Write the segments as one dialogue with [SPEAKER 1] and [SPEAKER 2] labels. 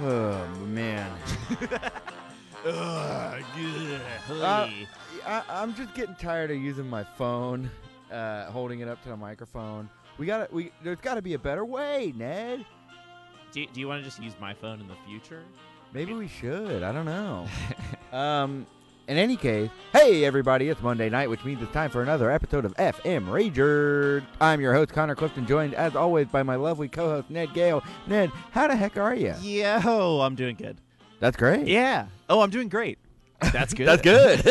[SPEAKER 1] Oh man, Uh, I, I'm just getting tired of using my phone, uh, holding it up to the microphone. We got to we. There's got to be a better way, Ned.
[SPEAKER 2] do, do you want to just use my phone in the future?
[SPEAKER 1] Maybe we should. I don't know. um, in any case, hey everybody, it's Monday night, which means it's time for another episode of FM Rager. I'm your host Connor Clifton, joined as always by my lovely co-host Ned Gale. Ned, how the heck are you?
[SPEAKER 2] Yo, oh, I'm doing good.
[SPEAKER 1] That's great.
[SPEAKER 2] Yeah. Oh, I'm doing great. That's good.
[SPEAKER 1] That's
[SPEAKER 2] good.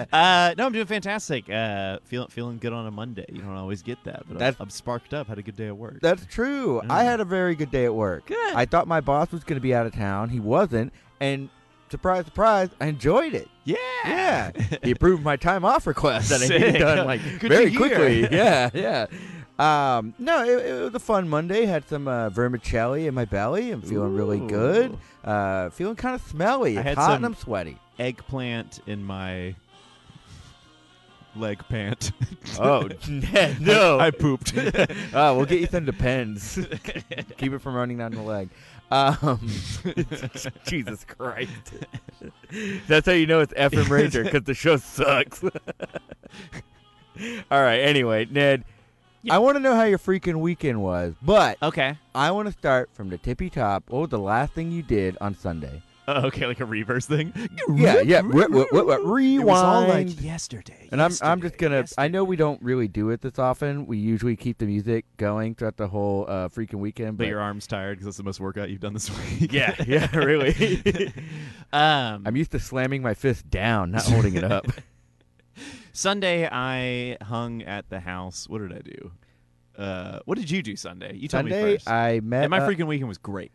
[SPEAKER 2] uh, no, I'm doing fantastic. Uh, feeling feeling good on a Monday. You don't always get that, but
[SPEAKER 1] That's-
[SPEAKER 2] I'm, I'm sparked up. Had a good day at work.
[SPEAKER 1] That's true. I had a very good day at work.
[SPEAKER 2] Mm. Good.
[SPEAKER 1] I thought my boss was going to be out of town. He wasn't, and surprise, surprise, I enjoyed it.
[SPEAKER 2] yeah.
[SPEAKER 1] Yeah, he approved my time off request that I had
[SPEAKER 2] Sick.
[SPEAKER 1] done like
[SPEAKER 2] Good to
[SPEAKER 1] very
[SPEAKER 2] hear.
[SPEAKER 1] quickly. Yeah, yeah. Um, no, it, it was a fun Monday. Had some uh, vermicelli in my belly. I'm feeling really
[SPEAKER 2] Ooh.
[SPEAKER 1] good. Uh, feeling kind of smelly.
[SPEAKER 2] I
[SPEAKER 1] It's
[SPEAKER 2] had
[SPEAKER 1] hot
[SPEAKER 2] some-
[SPEAKER 1] and I'm sweaty.
[SPEAKER 2] Eggplant in my leg pant.
[SPEAKER 1] Oh no!
[SPEAKER 2] I pooped.
[SPEAKER 1] Uh, we'll get you some depends. Keep it from running down the leg. Um, Jesus Christ. That's how you know it's FM Rager because the show sucks. All right. Anyway, Ned, I want to know how your freaking weekend was, but
[SPEAKER 2] okay.
[SPEAKER 1] I want to start from the tippy top. What was the last thing you did on Sunday?
[SPEAKER 2] Oh, okay, like a reverse thing.
[SPEAKER 1] Yeah, yeah. Re- re- re- re-
[SPEAKER 2] It was all like
[SPEAKER 1] rewind.
[SPEAKER 2] yesterday.
[SPEAKER 1] And I'm, I'm just
[SPEAKER 2] yesterday,
[SPEAKER 1] gonna. I
[SPEAKER 2] yesterday.
[SPEAKER 1] know we don't really do it this often. We usually keep the music going throughout the whole uh, freaking weekend.
[SPEAKER 2] But,
[SPEAKER 1] But,
[SPEAKER 2] your arm's tired because that's the most workout you've done this week.
[SPEAKER 1] yeah, really.
[SPEAKER 2] um,
[SPEAKER 1] I'm used to slamming my fist down, not holding it up.
[SPEAKER 2] Sunday, I hung at the house. What did I do? Uh, what did you do Sunday? You tell me
[SPEAKER 1] Sunday,
[SPEAKER 2] first.
[SPEAKER 1] I uh, met
[SPEAKER 2] and my
[SPEAKER 1] up-
[SPEAKER 2] freaking weekend was great.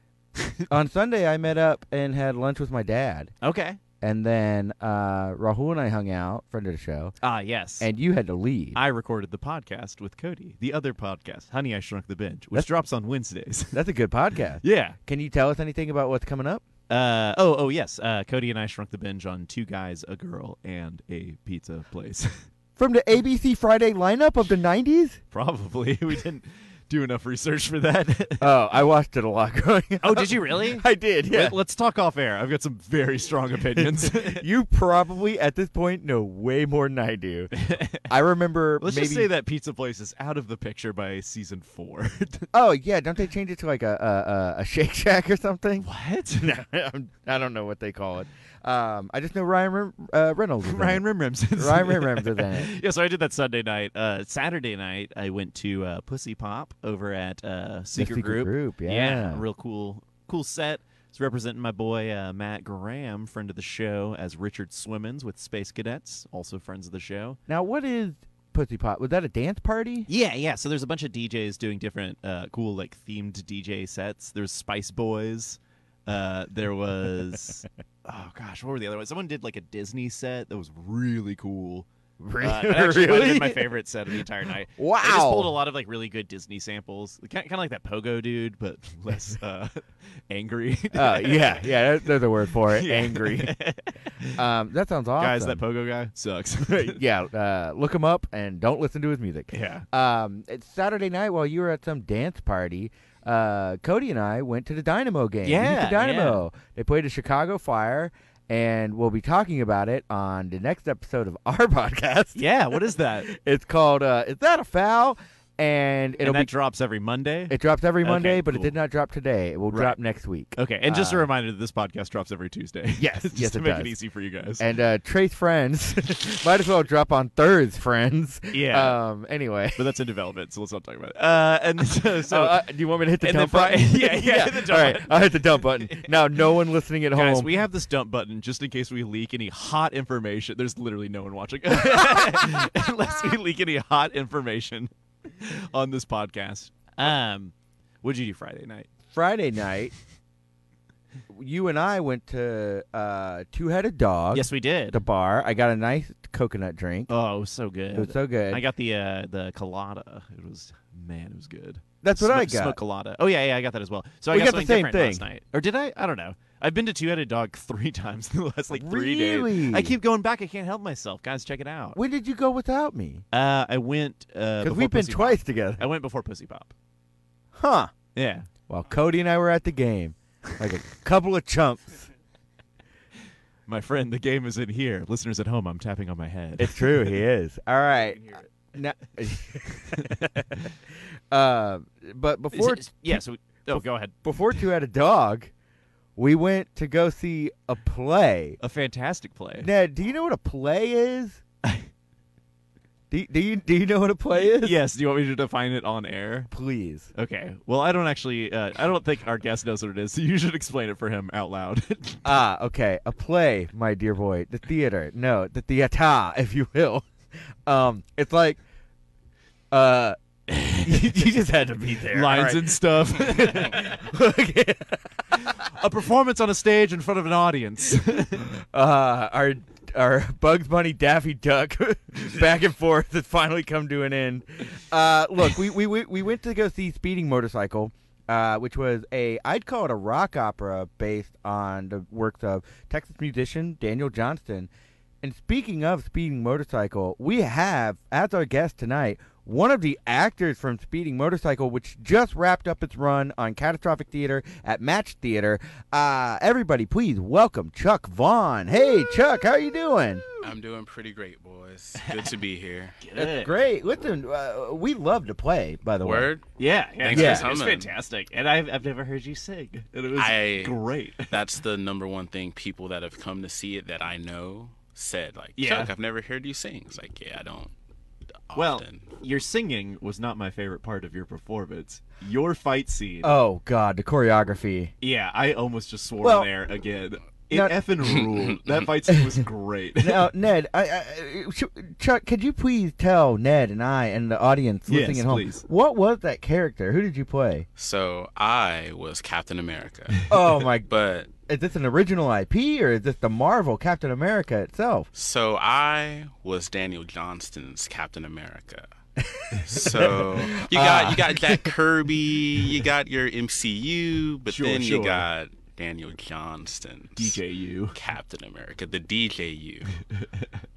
[SPEAKER 1] on Sunday. I met up and had lunch with my dad,
[SPEAKER 2] Okay.
[SPEAKER 1] and then uh, Rahul and I hung out, friend of the show,
[SPEAKER 2] Ah, yes.
[SPEAKER 1] and you had to leave.
[SPEAKER 2] I recorded the podcast with Cody, the other podcast, Honey, I Shrunk the Bench, which
[SPEAKER 1] That's-
[SPEAKER 2] drops on Wednesdays.
[SPEAKER 1] That's a good podcast.
[SPEAKER 2] yeah.
[SPEAKER 1] Can you tell us anything about what's coming up?
[SPEAKER 2] Uh, oh, oh, yes. Uh, Cody and I shrunk the binge on two guys, a girl, and a pizza place.
[SPEAKER 1] From the ABC Friday lineup of the 90s?
[SPEAKER 2] Probably. We didn't do enough research for that.
[SPEAKER 1] Oh, I watched it a lot growing up.
[SPEAKER 2] oh, did you really?
[SPEAKER 1] I did, yeah.
[SPEAKER 2] Let, us talk off air. I've got some very strong opinions.
[SPEAKER 1] you probably, at this point, know way more than I do. I remember
[SPEAKER 2] Let's
[SPEAKER 1] maybe
[SPEAKER 2] just say that pizza place is out of the picture by season four.
[SPEAKER 1] Oh yeah, don't they change it to like a a, a, a Shake Shack or something?
[SPEAKER 2] what?
[SPEAKER 1] No, I'm- I don't know what they call it. Um, I just know Ryan Rem- uh, Reynolds. is in
[SPEAKER 2] Ryan
[SPEAKER 1] it.
[SPEAKER 2] Rimrims.
[SPEAKER 1] Ryan Rimrims is in it.
[SPEAKER 2] yeah, so I did that Sunday night. Uh, Saturday night, I went to uh, Pussy Pop over at uh,
[SPEAKER 1] The
[SPEAKER 2] Secret, Group.
[SPEAKER 1] Yeah.
[SPEAKER 2] real cool, cool set. It's representing my boy uh, Matt Graham, friend of the show, as Richard Swimmins with Space Cadets, also friends of the show.
[SPEAKER 1] Now what is Pussy Pot? Was that a dance party?
[SPEAKER 2] Yeah, yeah. So there's a bunch of DJs doing different uh, cool, like themed DJ sets. There's Spice Boys. Uh, there was, oh gosh, what were the other ones? Someone did like a Disney set that was really cool.
[SPEAKER 1] Really?
[SPEAKER 2] Uh, that actually might have been my favorite set of the entire night.
[SPEAKER 1] Wow.
[SPEAKER 2] They just pulled a lot of like really good Disney samples, kind of like that Pogo dude, but less uh, angry.
[SPEAKER 1] Oh yeah, yeah. That, there's a word for it.
[SPEAKER 2] Yeah.
[SPEAKER 1] Angry. Um, that sounds awesome.
[SPEAKER 2] Guys, that Pogo guy sucks.
[SPEAKER 1] yeah. Uh, look him up and don't listen to his music.
[SPEAKER 2] yeah.
[SPEAKER 1] Um, it's Saturday night while you were at some dance party. Uh, Cody and I went to the Dynamo game. We used
[SPEAKER 2] Yeah,
[SPEAKER 1] the Dynamo. They played the Chicago Fire, and we'll be talking about it on the next episode of our podcast.
[SPEAKER 2] Yeah, what is that?
[SPEAKER 1] It's called uh, "Is That a Foul?" and it'll
[SPEAKER 2] and that
[SPEAKER 1] be
[SPEAKER 2] drops every Monday.
[SPEAKER 1] it drops every
[SPEAKER 2] Okay,
[SPEAKER 1] Monday, but it
[SPEAKER 2] cool.
[SPEAKER 1] did not drop today. It will
[SPEAKER 2] Right.
[SPEAKER 1] drop next week.
[SPEAKER 2] okay, and just a
[SPEAKER 1] uh,
[SPEAKER 2] reminder that this podcast drops every Tuesday.
[SPEAKER 1] Yes,
[SPEAKER 2] just
[SPEAKER 1] yes,
[SPEAKER 2] to
[SPEAKER 1] it
[SPEAKER 2] make
[SPEAKER 1] does.
[SPEAKER 2] it easy for you guys.
[SPEAKER 1] And uh, Trace Friends might as well drop on Thurs Friends.
[SPEAKER 2] yeah,
[SPEAKER 1] Um. Anyway.
[SPEAKER 2] but that's in development, so let's not talk about it. Uh, and so, so
[SPEAKER 1] Oh, uh, do you want me to hit the
[SPEAKER 2] and then
[SPEAKER 1] dump button?
[SPEAKER 2] Fri- Yeah, yeah, hit the dump
[SPEAKER 1] All right,
[SPEAKER 2] button.
[SPEAKER 1] I'll hit the dump button. Now, no one listening at
[SPEAKER 2] guys,
[SPEAKER 1] home.
[SPEAKER 2] we have this dump button just in case we leak any hot information. There's literally no one watching unless we leak any hot information on this podcast.
[SPEAKER 1] Uh,
[SPEAKER 2] Um, what'd you do Friday night?
[SPEAKER 1] Friday night, you and I went to uh, Two Headed Dog.
[SPEAKER 2] Yes, we did.
[SPEAKER 1] The bar. I got a nice coconut drink.
[SPEAKER 2] Oh, it was so good.
[SPEAKER 1] It was so good.
[SPEAKER 2] I got the uh, the colada. It was man, it was good.
[SPEAKER 1] That's what I
[SPEAKER 2] Smoke-
[SPEAKER 1] got.
[SPEAKER 2] Smoked colada. Oh yeah, yeah, I got that as well. So
[SPEAKER 1] We
[SPEAKER 2] I got,
[SPEAKER 1] got the
[SPEAKER 2] something
[SPEAKER 1] same
[SPEAKER 2] different last
[SPEAKER 1] thing.
[SPEAKER 2] night, or did I? I don't know. I've been to Two Headed Dog three times in the last like three
[SPEAKER 1] Really?
[SPEAKER 2] days. I keep going back. I can't help myself, guys. Check it out.
[SPEAKER 1] When did you go without me?
[SPEAKER 2] Uh, I went because
[SPEAKER 1] Because we've been twice together.
[SPEAKER 2] I went before Pussy Pop.
[SPEAKER 1] Huh.
[SPEAKER 2] Yeah.
[SPEAKER 1] While Cody and I were at the game. like a couple of chumps.
[SPEAKER 2] My friend, the game is in here. Listeners at home, I'm tapping on my head.
[SPEAKER 1] It's true, he is. All right. Now, uh, but
[SPEAKER 2] Is
[SPEAKER 1] before
[SPEAKER 2] it- is- yeah, so we, oh, go ahead.
[SPEAKER 1] before two had a dog, we went to go see a play.
[SPEAKER 2] A fantastic play.
[SPEAKER 1] Ned, do you know what a play is? do, do you do you know what a play is?
[SPEAKER 2] yes, do you want me to define it on air?
[SPEAKER 1] Please.
[SPEAKER 2] Okay. Well, I don't actually. Uh, I don't think our guest knows what it is. So you should explain it for him out loud.
[SPEAKER 1] Ah, okay. A play, my dear boy. The theater. No, the theater, if you will. Um, it's like uh you, you just had to be there.
[SPEAKER 2] Lines
[SPEAKER 1] All
[SPEAKER 2] and stuff.
[SPEAKER 1] right. Okay.
[SPEAKER 2] a performance on a stage in front of an audience.
[SPEAKER 1] uh, our our Bugs Bunny Daffy Duck back and forth has finally come to an end. Uh, look, we, we we we went to go see Speeding Motorcycle, uh, which was a I'd call it a rock opera based on the works of Texas musician Daniel Johnston. And speaking of Speeding Motorcycle, we have as our guest tonight one of the actors from Speeding Motorcycle, which just wrapped up its run on Catastrophic Theater at Match Theater. Uh, everybody, please welcome Chuck Vaughn. Hey, Chuck, how you doing?
[SPEAKER 3] I'm doing pretty great, boys. Good to be here.
[SPEAKER 1] That's great. Listen, uh, we love to play. By the way,
[SPEAKER 3] Word.
[SPEAKER 2] Yeah, yeah,
[SPEAKER 3] Thanks
[SPEAKER 2] it's,
[SPEAKER 3] for
[SPEAKER 2] it's
[SPEAKER 3] coming.
[SPEAKER 2] fantastic, and I've I've never heard you sing, and it was
[SPEAKER 3] I-
[SPEAKER 2] great.
[SPEAKER 3] That's the number one thing people that have come to see it that I know said. Like,
[SPEAKER 2] Yeah.
[SPEAKER 3] Chuck, I've never heard you sing. It's like, yeah, I don't. Often.
[SPEAKER 2] Well, your singing was not my favorite part of your performance. Your fight scene,
[SPEAKER 1] oh god, the choreography.
[SPEAKER 2] yeah, I almost just swore
[SPEAKER 1] Well,
[SPEAKER 2] in there again. It
[SPEAKER 1] not-
[SPEAKER 2] effing ruled. That fight scene was great.
[SPEAKER 1] Now, Ned, I, I, sh- Chuck, could you please tell Ned and I and the audience
[SPEAKER 2] Yes,
[SPEAKER 1] listening at home
[SPEAKER 2] please.
[SPEAKER 1] what was that character? Who did you play?
[SPEAKER 3] so I was Captain America,
[SPEAKER 1] Oh my!
[SPEAKER 3] but
[SPEAKER 1] Is this an original IP or is this the Marvel Captain America itself?
[SPEAKER 3] so I was Daniel Johnston's Captain America. So you got
[SPEAKER 2] Ah.
[SPEAKER 3] you got Jack Kirby, you got your MCU, but
[SPEAKER 2] Sure,
[SPEAKER 3] then
[SPEAKER 2] sure.
[SPEAKER 3] you got Daniel Johnston.
[SPEAKER 2] DJU.
[SPEAKER 3] Captain America, the DJU.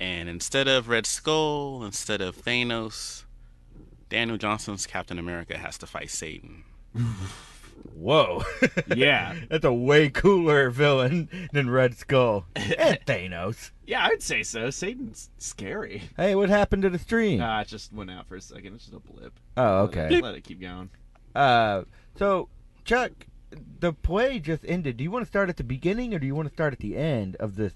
[SPEAKER 3] and instead of Red Skull, instead of Thanos, Daniel Johnson's Captain America has to fight Satan.
[SPEAKER 1] Whoa,
[SPEAKER 2] Yeah,
[SPEAKER 1] that's a way cooler villain than Red Skull and Thanos.
[SPEAKER 2] yeah, I'd say so. Satan's scary.
[SPEAKER 1] Hey, what happened to the stream?
[SPEAKER 2] Nah, it just went out for a second. It's just a blip.
[SPEAKER 1] oh,
[SPEAKER 2] Let it-
[SPEAKER 1] okay.
[SPEAKER 2] Let it keep going.
[SPEAKER 1] Uh, so, Chuck, the play just ended. Do you want to start at the beginning or do you want to start at the end of this?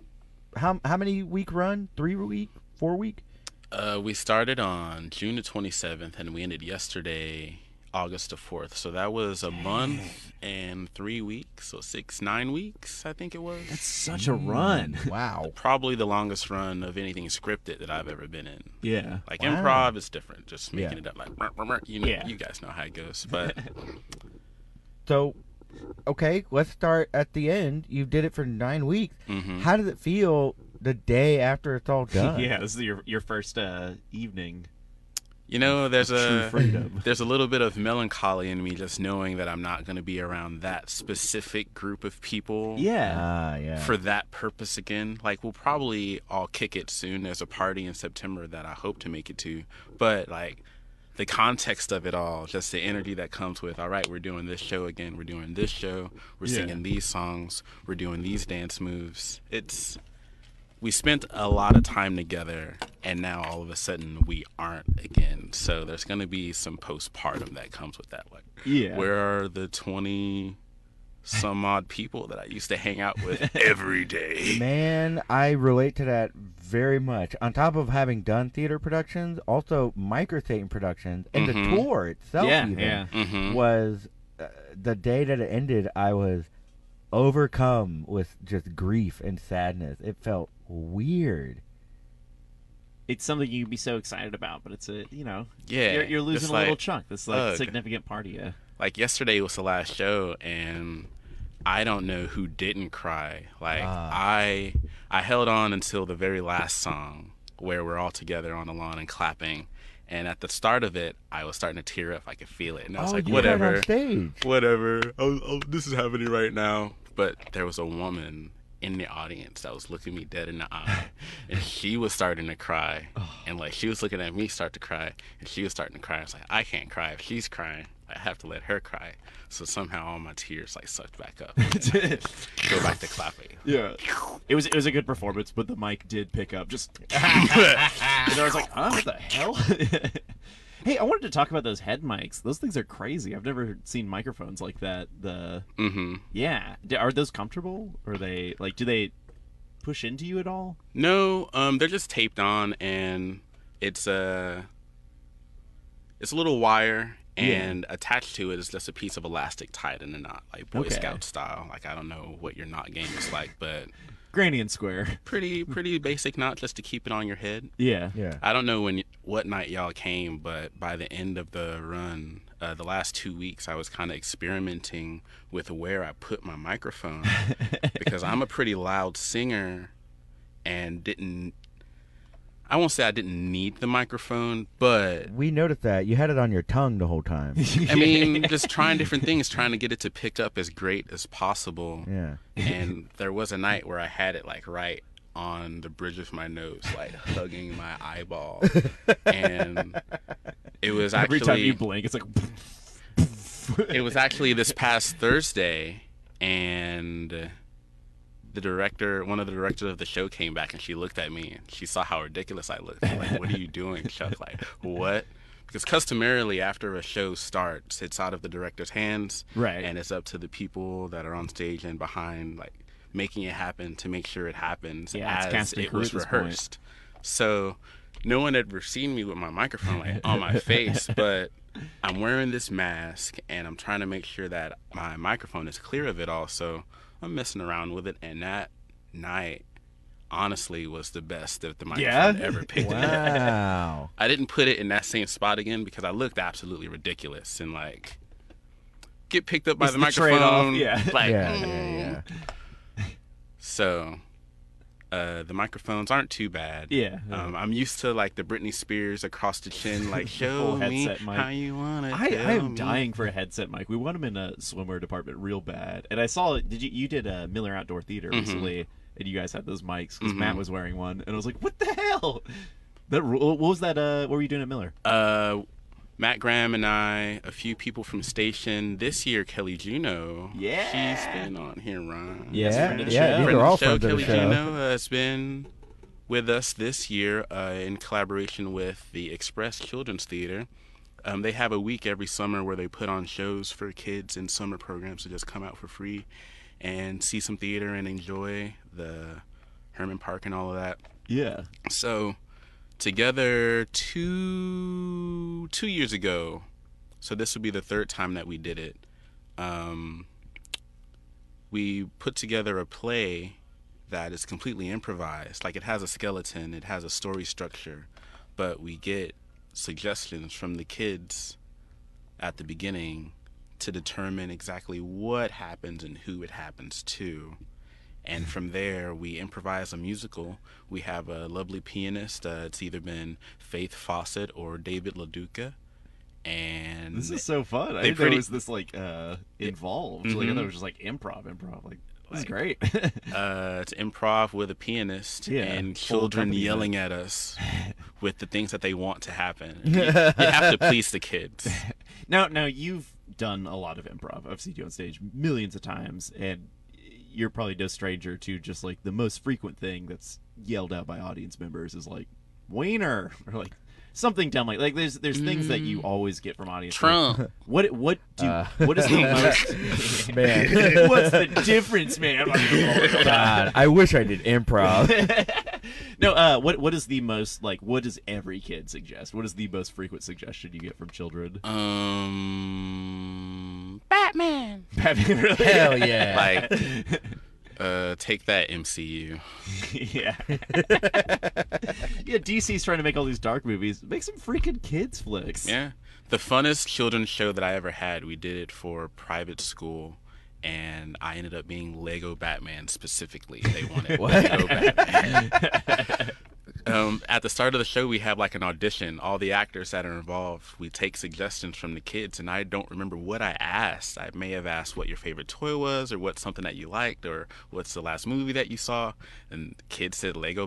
[SPEAKER 1] How how many week run? Three week? Four week?
[SPEAKER 3] Uh, we started on June the 27th and we ended yesterday, August the 4th. So that was a month and three weeks, so six, nine weeks, I think it was.
[SPEAKER 2] such a run.
[SPEAKER 1] Mm, Wow.
[SPEAKER 3] Probably the longest run of anything scripted that I've ever been in.
[SPEAKER 2] Yeah.
[SPEAKER 3] Like
[SPEAKER 1] Wow.
[SPEAKER 3] improv is different, just making
[SPEAKER 1] Yeah.
[SPEAKER 3] it up like "Rrr, rrr, rrr," you know,
[SPEAKER 2] Yeah.
[SPEAKER 3] you guys know how it goes. But
[SPEAKER 1] So, okay, let's start at the end. You did it for nine weeks.
[SPEAKER 3] mhm.
[SPEAKER 1] Mm-hmm. How does it feel the day after it's all done?
[SPEAKER 2] yeah, this is your your first uh, evening.
[SPEAKER 3] you know, there's
[SPEAKER 2] True
[SPEAKER 3] a
[SPEAKER 2] freedom.
[SPEAKER 3] there's a little bit of melancholy in me just knowing that I'm not going to be around that specific group of people
[SPEAKER 2] yeah.
[SPEAKER 1] Ah, yeah.
[SPEAKER 3] for that purpose again. Like, we'll probably all kick it soon. There's a party in September that I hope to make it to. But, like, the context of it all, just the energy that comes with, all right, we're doing this show again. We're doing this show. We're
[SPEAKER 2] Yeah.
[SPEAKER 3] singing these songs. We're doing these dance moves. It's. We spent a lot of time together, and now all of a sudden we aren't again. So there's going to be some postpartum that comes with that. Like,
[SPEAKER 2] Yeah.
[SPEAKER 3] where are the 20 some odd people that I used to hang out with every day?
[SPEAKER 1] Man, I relate to that very much. On top of having done theater productions, also Micro Satan Productions, and the
[SPEAKER 3] Mhm.
[SPEAKER 1] tour itself,
[SPEAKER 2] yeah,
[SPEAKER 1] even,
[SPEAKER 2] yeah.
[SPEAKER 3] hmm
[SPEAKER 1] was uh, the day that it ended, I was overcome with just grief and sadness. It felt weird.
[SPEAKER 2] It's something you can be so excited about, but it's a you know
[SPEAKER 3] Yeah.
[SPEAKER 2] you're, you're losing
[SPEAKER 3] just
[SPEAKER 2] a little
[SPEAKER 3] like-
[SPEAKER 2] chunk. That's like
[SPEAKER 3] ugh.
[SPEAKER 2] significant part of you.
[SPEAKER 3] Like yesterday was the last show, and I don't know who didn't cry. Like
[SPEAKER 1] Ah.
[SPEAKER 3] I, I held on until the very last song where we're all together on the lawn and clapping. And at the start of it, I was starting to tear up. I could feel it, and I was
[SPEAKER 1] oh,
[SPEAKER 3] like,
[SPEAKER 1] you cried
[SPEAKER 3] whatever.
[SPEAKER 1] on stage.
[SPEAKER 3] whatever. Oh, oh, this is happening right now. But there was a woman in the audience that was looking me dead in the eye, and she was starting to cry. And like she was looking at me start to cry, and she was starting to cry. I was like, I can't cry if she's crying. I have to let her cry. So somehow all my tears like sucked back up. and I Go back to clapping.
[SPEAKER 2] Yeah, it was it was a good performance, but the mic did pick up. Just and I was like, huh, what the hell? hey, I wanted to talk about those head mics. Those things are crazy. I've never seen microphones like that. The
[SPEAKER 3] hmm
[SPEAKER 2] yeah, D- are those comfortable? Or are they like do they push into you at all?
[SPEAKER 3] No, um, they're just taped on, and it's a it's a little wire, and attached to it is just a piece of elastic tied in a knot, like Boy
[SPEAKER 2] Okay.
[SPEAKER 3] Scout style. Like I don't know what your knot game is like, but
[SPEAKER 2] Granny and square.
[SPEAKER 3] pretty pretty basic knot just to keep it on your head.
[SPEAKER 2] Yeah.
[SPEAKER 4] Yeah.
[SPEAKER 3] I don't know when what night y'all came, but by the end of the run, uh, the last two weeks, I was kind of experimenting with where I put my microphone because I'm a pretty loud singer, and didn't. I won't say I didn't need the microphone, but
[SPEAKER 4] We noticed that you had it on your tongue the whole time.
[SPEAKER 3] I mean, just trying different things, trying to get it to pick up as great as possible.
[SPEAKER 4] Yeah.
[SPEAKER 3] And there was a night where I had it like right on the bridge of my nose, like hugging my eyeball, and it was actually
[SPEAKER 2] Every time you blink, it's like
[SPEAKER 3] it was actually this past Thursday, and the director, one of the directors of the show, came back and she looked at me and she saw how ridiculous I looked. She's like, "What are you doing, Chuck? Like, what?" Because customarily, after a show starts, it's out of the director's hands,
[SPEAKER 2] Right.
[SPEAKER 3] And it's up to the people that are on stage and behind, like making it happen to make sure it happens
[SPEAKER 2] Yeah, it's
[SPEAKER 3] as
[SPEAKER 2] casting
[SPEAKER 3] it
[SPEAKER 2] crew
[SPEAKER 3] was
[SPEAKER 2] at this point.
[SPEAKER 3] rehearsed. So no one had ever seen me with my microphone like on my face, but I'm wearing this mask and I'm trying to make sure that my microphone is clear of it all. So I'm messing around with it, and that night, honestly, was the best that the microphone
[SPEAKER 2] Yeah?
[SPEAKER 3] ever picked up.
[SPEAKER 4] Wow.
[SPEAKER 3] I didn't put it in that same spot again because I looked absolutely ridiculous and like get picked up by
[SPEAKER 2] It's
[SPEAKER 3] the,
[SPEAKER 2] the
[SPEAKER 3] microphone.
[SPEAKER 2] trade-off, yeah.
[SPEAKER 3] Like,
[SPEAKER 4] yeah,
[SPEAKER 3] mm.
[SPEAKER 4] yeah,
[SPEAKER 3] So, uh, the microphones aren't too bad.
[SPEAKER 2] Yeah.
[SPEAKER 3] Um, I'm used to like the Britney Spears across the chin, like show
[SPEAKER 2] Full
[SPEAKER 3] me
[SPEAKER 2] headset mic.
[SPEAKER 3] how you wanna.
[SPEAKER 2] I,
[SPEAKER 3] tell
[SPEAKER 2] I am
[SPEAKER 3] me."
[SPEAKER 2] dying for a headset mic. We want them in a swimwear department real bad. And I saw did you you did a Miller Outdoor Theater recently, and you guys had those mics because Matt was wearing one, and I was like, what the hell? That ru- what was that? Uh, what were you doing at Miller?
[SPEAKER 3] Uh, Matt Graham and I, a few people from station this year. Kelly Juno,
[SPEAKER 2] Yeah.
[SPEAKER 3] she's been on here, Ron.
[SPEAKER 2] Yes,
[SPEAKER 4] Yeah,
[SPEAKER 2] friend of the
[SPEAKER 4] yeah,
[SPEAKER 2] show.
[SPEAKER 4] these
[SPEAKER 3] Friend
[SPEAKER 4] are
[SPEAKER 3] of
[SPEAKER 4] all
[SPEAKER 3] the show,
[SPEAKER 4] friends of the
[SPEAKER 3] Kelly
[SPEAKER 4] show.
[SPEAKER 3] Juno uh, has been with us this year uh, in collaboration with the Express Children's Theater. Um, they have a week every summer where they put on shows for kids and summer programs to just come out for free and see some theater and enjoy the Herman Park and all of that.
[SPEAKER 2] Yeah,
[SPEAKER 3] So together two two years ago, so this would be the third time that we did it. Um, we put together a play that is completely improvised. Like it has a skeleton, it has a story structure, but we get suggestions from the kids at the beginning to determine exactly what happens and who it happens to. And from there, we improvise a musical. We have a lovely pianist. Uh, it's either been Faith Fawcett or David LaDuca. And
[SPEAKER 2] this is so fun. I
[SPEAKER 3] They
[SPEAKER 2] didn't know
[SPEAKER 3] pretty-
[SPEAKER 2] it was this like uh involved. Like I thought it was just like improv, improv. Like this is great.
[SPEAKER 3] uh, it's improv with a pianist
[SPEAKER 2] Yeah,
[SPEAKER 3] and
[SPEAKER 2] full
[SPEAKER 3] children
[SPEAKER 2] accompaniment.
[SPEAKER 3] yelling at us with the things that they want to happen. You, you have to please the kids.
[SPEAKER 2] now, now you've done a lot of improv. I've seen you on stage millions of times, and you're probably no stranger to just like the most frequent thing that's yelled out by audience members is like "wiener" or like something dumb like like there's there's things that you always get from audience. members.
[SPEAKER 3] Trump.
[SPEAKER 2] What what do
[SPEAKER 4] Uh.
[SPEAKER 2] what is the most?
[SPEAKER 4] man.
[SPEAKER 2] What's the difference, man? I'm like,
[SPEAKER 4] God, I wish I did improv.
[SPEAKER 2] no, uh, what what is the most like? What does every kid suggest? What is the most frequent suggestion you get from children?
[SPEAKER 3] Um, Batman.
[SPEAKER 4] Hell yeah!
[SPEAKER 3] Like, uh, take that MCU.
[SPEAKER 2] yeah. yeah, DC's trying to make all these dark movies. Make some freaking kids flicks.
[SPEAKER 3] Yeah. The funnest children's show that I ever had, we did it for private school, and I ended up being Lego Batman specifically. They wanted Lego Batman. um, at the start of the show, we have like an audition. All the actors that are involved, we take suggestions from the kids. And I don't remember what I asked. I may have asked what your favorite toy was, or what's something that you liked, or what's the last movie that you saw. And the kids said Lego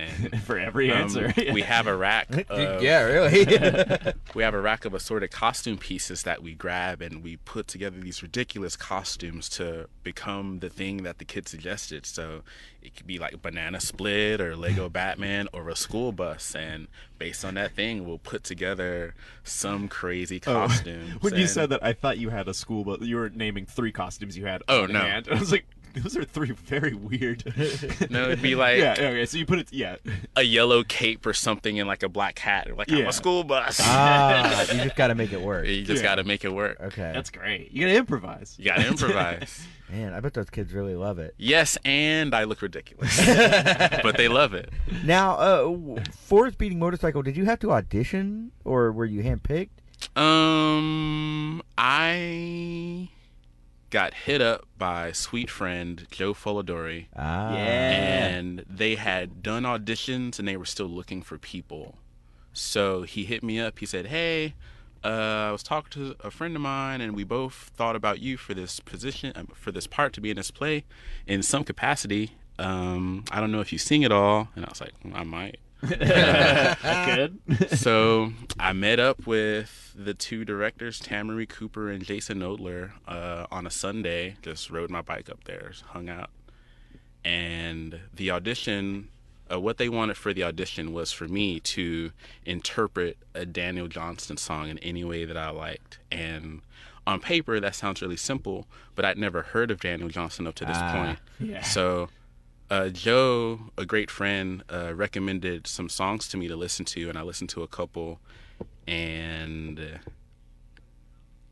[SPEAKER 3] And
[SPEAKER 2] for every
[SPEAKER 3] um,
[SPEAKER 2] answer.
[SPEAKER 3] we have a rack. Of,
[SPEAKER 4] yeah, really.
[SPEAKER 3] we have a rack of assorted costume pieces that we grab and we put together these ridiculous costumes to become the thing that the kid suggested. So it could be like Banana Split or Lego Batman or a school bus. And based on that thing, we'll put together some crazy
[SPEAKER 2] Oh,
[SPEAKER 3] costume.
[SPEAKER 2] when you said that, I thought you had a school, but you were naming three costumes you had.
[SPEAKER 3] Oh,
[SPEAKER 2] on
[SPEAKER 3] no.
[SPEAKER 2] hand. I was like, those are three very weird.
[SPEAKER 3] No, it'd be like
[SPEAKER 2] yeah. Okay. So you put it. Yeah.
[SPEAKER 3] a yellow cape or something and like a black hat, or like I'm
[SPEAKER 2] Yeah.
[SPEAKER 3] a school bus.
[SPEAKER 4] ah, you just got to make it work.
[SPEAKER 3] you just
[SPEAKER 2] Yeah.
[SPEAKER 3] got to make it work.
[SPEAKER 4] Okay.
[SPEAKER 2] That's great. You gotta improvise.
[SPEAKER 3] You got to improvise.
[SPEAKER 4] Man, I bet those kids really love it.
[SPEAKER 3] yes, and I look ridiculous, but they love it.
[SPEAKER 4] Now, uh, w- for speeding motorcycle, did you have to audition or were you handpicked?
[SPEAKER 3] Um, I got hit up by sweet friend Joe Folidori,
[SPEAKER 4] Ah,
[SPEAKER 2] Yeah.
[SPEAKER 3] and they had done auditions and they were still looking for people. So he hit me up. He said, "Hey, uh, I was talking to a friend of mine, and we both thought about you for this position, um, for this part to be in this play, in some capacity. Um, I don't know if you sing at all." And I was like, "Mm, "I might."
[SPEAKER 2] Good.
[SPEAKER 3] so I met up with the two directors, Tamari Cooper and Jason Odler, uh, on a Sunday. Just rode my bike up there, just hung out, and the audition. Uh, what they wanted for the audition was for me to interpret a Daniel Johnston song in any way that I liked. And on paper, that sounds really simple, but I'd never heard of Daniel Johnston up to this
[SPEAKER 4] Ah.
[SPEAKER 3] point.
[SPEAKER 2] Yeah.
[SPEAKER 3] So, uh, Joe, a great friend, uh, recommended some songs to me to listen to, and I listened to a couple, and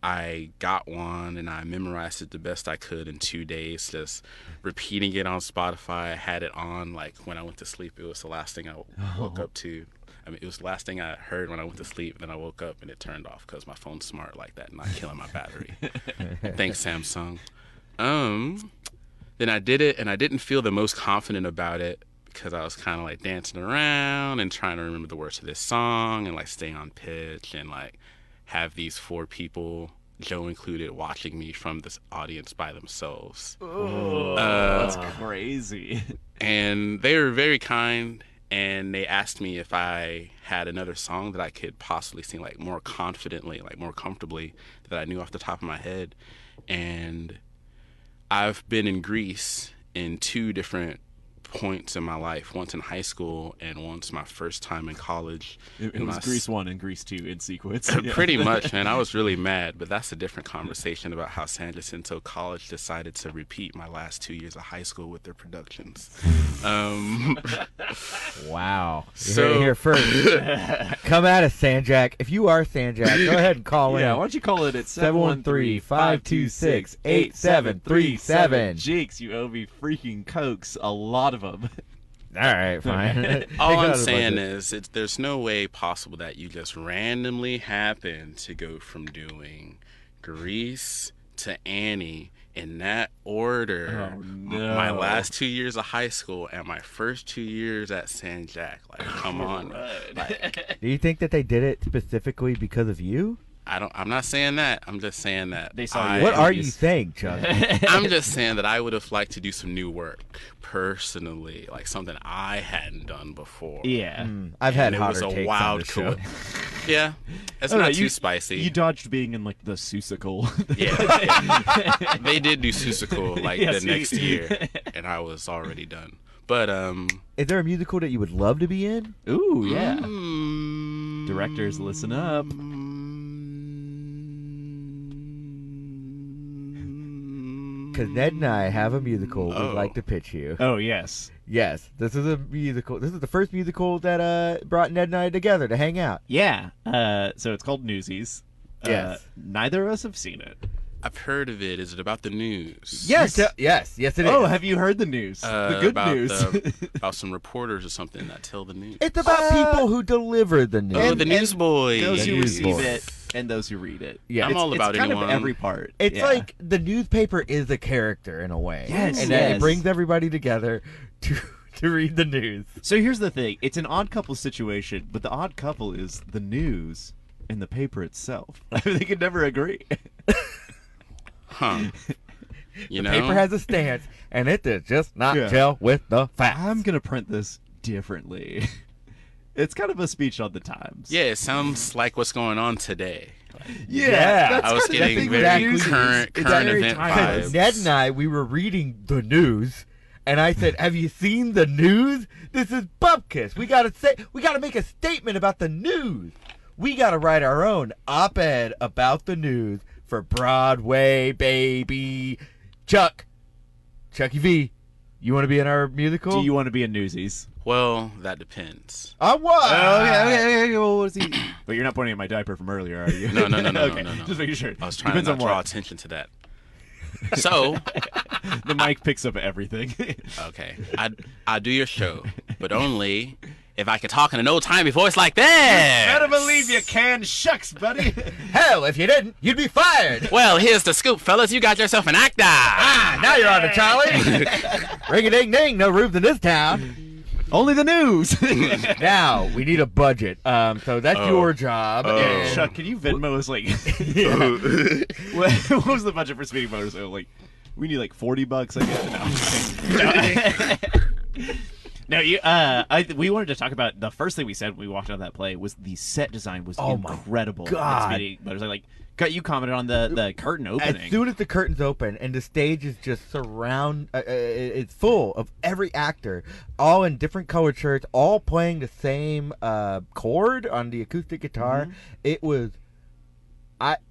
[SPEAKER 3] I got one, and I memorized it the best I could in two days, just repeating it on Spotify. I had it on like when I went to sleep. It was the last thing I woke up to. I mean, it was the last thing I heard when I went to sleep. Then I woke up and it turned off because my phone's smart like that, not killing my battery. Thanks, Samsung. Um, then I did it, and I didn't feel the most confident about it because I was kind of like dancing around and trying to remember the words to this song and like staying on pitch and like have these four people, Joe included, watching me from this audience by themselves.
[SPEAKER 2] Oh,
[SPEAKER 3] Uh,
[SPEAKER 2] that's crazy.
[SPEAKER 3] And they were very kind, and they asked me if I had another song that I could possibly sing like more confidently, like more comfortably that I knew off the top of my head. And I've been in Greece in two different points in my life once in high school and once my first time in college
[SPEAKER 2] It, it
[SPEAKER 3] And
[SPEAKER 2] was
[SPEAKER 3] my s-
[SPEAKER 2] Grease One and Grease Two in sequence. Yeah.
[SPEAKER 3] pretty much man i was really mad but that's a different conversation about how san jacinto college decided to repeat my last two years of high school with their productions um,
[SPEAKER 4] Wow. You heard it
[SPEAKER 3] So-
[SPEAKER 4] here first. Come at us, Sanjak. If you are Sanjak, go ahead and call
[SPEAKER 2] Yeah,
[SPEAKER 4] in.
[SPEAKER 2] why don't you call it at
[SPEAKER 4] 713-526-8737.
[SPEAKER 2] 713-526-8737. Jinx, you owe me freaking cokes, a lot of them.
[SPEAKER 4] All right, fine.
[SPEAKER 3] all
[SPEAKER 4] Take it out
[SPEAKER 3] i'm
[SPEAKER 4] of the
[SPEAKER 3] saying
[SPEAKER 4] budget.
[SPEAKER 3] is it's, there's no way possible that you just randomly happen to go from doing greece to annie in that order
[SPEAKER 2] Oh,
[SPEAKER 3] M-
[SPEAKER 2] no.
[SPEAKER 3] my last two years of high school and my first two years at san jack like come on
[SPEAKER 4] do you think that they did it specifically because of you?
[SPEAKER 3] I don't. I'm not saying that. I'm just saying that.
[SPEAKER 2] They saw
[SPEAKER 3] I-
[SPEAKER 2] Yeah,
[SPEAKER 4] what are you
[SPEAKER 2] he's-
[SPEAKER 4] saying, Chuck? Mm,
[SPEAKER 3] I'm just saying that I would have liked to do some new work personally, like something I hadn't done before.
[SPEAKER 2] yeah.
[SPEAKER 4] Mm, I've had
[SPEAKER 3] it
[SPEAKER 4] hotter
[SPEAKER 3] was a
[SPEAKER 4] takes on
[SPEAKER 3] wild
[SPEAKER 4] this show.
[SPEAKER 3] Yeah, it's
[SPEAKER 2] I don't
[SPEAKER 3] not
[SPEAKER 2] know,
[SPEAKER 3] too spicy.
[SPEAKER 2] You dodged being in like the Susicle.
[SPEAKER 3] yeah, yeah. they did do Susical like
[SPEAKER 2] Yes,
[SPEAKER 3] the
[SPEAKER 2] you-
[SPEAKER 3] next year, and I was already done. But um,
[SPEAKER 4] Is there a musical that you would love to be in?
[SPEAKER 2] Ooh, yeah.
[SPEAKER 3] mm,
[SPEAKER 2] Directors, listen up.
[SPEAKER 4] Because Ned and I have a musical we'd
[SPEAKER 3] Oh.
[SPEAKER 4] like to pitch you.
[SPEAKER 2] Oh, yes.
[SPEAKER 4] Yes, this is a musical. This is the first musical that uh, brought Ned and I together to hang out.
[SPEAKER 2] Yeah. Uh, so it's called Newsies. Uh,
[SPEAKER 4] Yes.
[SPEAKER 2] neither of us have seen it.
[SPEAKER 3] I've heard of it. Is it about the news?
[SPEAKER 4] Yes, yes, yes. It is.
[SPEAKER 2] Oh, have you heard the news?
[SPEAKER 3] Uh,
[SPEAKER 2] the good
[SPEAKER 3] about
[SPEAKER 2] news.
[SPEAKER 3] the- about some reporters or something that tell the news.
[SPEAKER 4] It's about people who deliver the news.
[SPEAKER 3] oh, the newsboy.
[SPEAKER 2] those who
[SPEAKER 4] news
[SPEAKER 2] receive
[SPEAKER 4] boy.
[SPEAKER 2] it and those who read it.
[SPEAKER 4] Yeah. I'm
[SPEAKER 2] It's-
[SPEAKER 3] all
[SPEAKER 2] it's
[SPEAKER 3] about
[SPEAKER 2] kind
[SPEAKER 3] anyone.
[SPEAKER 2] of every part.
[SPEAKER 4] It's
[SPEAKER 2] Yeah.
[SPEAKER 4] like the newspaper is a character in a way.
[SPEAKER 2] Yes,
[SPEAKER 4] and that it
[SPEAKER 2] yes.
[SPEAKER 4] brings everybody together to
[SPEAKER 1] to read the news.
[SPEAKER 2] So here's the thing: it's an odd couple situation, but the odd couple is the news and the paper itself. they could never agree.
[SPEAKER 3] Huh.
[SPEAKER 1] the
[SPEAKER 3] You know,
[SPEAKER 1] paper has a stance, and it does just not
[SPEAKER 2] Yeah.
[SPEAKER 1] gel with the facts.
[SPEAKER 2] I'm gonna print this differently. it's kind of a speech on the times.
[SPEAKER 3] yeah, it sounds like what's going on today.
[SPEAKER 2] yeah.
[SPEAKER 1] Yeah.
[SPEAKER 2] that's
[SPEAKER 3] I was
[SPEAKER 2] kinda the
[SPEAKER 3] getting
[SPEAKER 2] thing with
[SPEAKER 3] very
[SPEAKER 2] news is
[SPEAKER 3] current-
[SPEAKER 2] it's
[SPEAKER 3] current
[SPEAKER 2] very
[SPEAKER 3] event
[SPEAKER 2] timeless.
[SPEAKER 3] vibes.
[SPEAKER 1] Ned and I, we were reading the news, and I said, "Have you seen the news? This is Bubkiss. We gotta say, we gotta make a statement about the news. We gotta write our own op-ed about the news for Broadway, baby. Chuck, Chucky V, you want to be in our musical?
[SPEAKER 2] Do you want to be in Newsies?
[SPEAKER 3] Well, that depends.
[SPEAKER 1] I was.
[SPEAKER 3] Uh,
[SPEAKER 2] Oh, okay, okay. Well, what's he? but you're not pointing at my diaper from earlier, are you?
[SPEAKER 3] No, no, no, no, no,
[SPEAKER 2] okay.
[SPEAKER 3] no, no.
[SPEAKER 2] Just making sure.
[SPEAKER 3] I was trying
[SPEAKER 2] Depends
[SPEAKER 3] to
[SPEAKER 2] on
[SPEAKER 3] not draw
[SPEAKER 2] what.
[SPEAKER 3] attention to that. So,
[SPEAKER 2] The mic picks up everything.
[SPEAKER 3] okay, I I do your show, but only if I can talk in an old timey voice like that.
[SPEAKER 2] Gotta believe you can. Shucks, buddy.
[SPEAKER 1] Hell, if you didn't, you'd be fired.
[SPEAKER 3] Well, here's the scoop, fellas. You got yourself an actor.
[SPEAKER 1] ah, now you're on a Charlie. Ring a ding ding, no roofs in this town.
[SPEAKER 2] Only the news.
[SPEAKER 1] now we need a budget. Um, so that's
[SPEAKER 3] Oh.
[SPEAKER 1] your job.
[SPEAKER 3] Oh.
[SPEAKER 1] and-
[SPEAKER 2] Chuck, can you Venmo us like what, what was the budget for Speeding Motors? Oh, like we need like forty bucks, I guess. No, I'm just kidding. No. No, you. Uh, I, we wanted to talk about the first thing we said when we walked out of that play was the set design was
[SPEAKER 1] Oh my
[SPEAKER 2] incredible. at
[SPEAKER 1] God.
[SPEAKER 2] Speeding Motors. Like, like, cut. You commented on the the curtain
[SPEAKER 1] As
[SPEAKER 2] opening.
[SPEAKER 1] soon as the curtains open and the stage is just surround, uh, uh, it's full of every actor, all in different colored shirts, all playing the same uh, chord on the acoustic guitar.
[SPEAKER 3] Mm-hmm.
[SPEAKER 1] It was, I,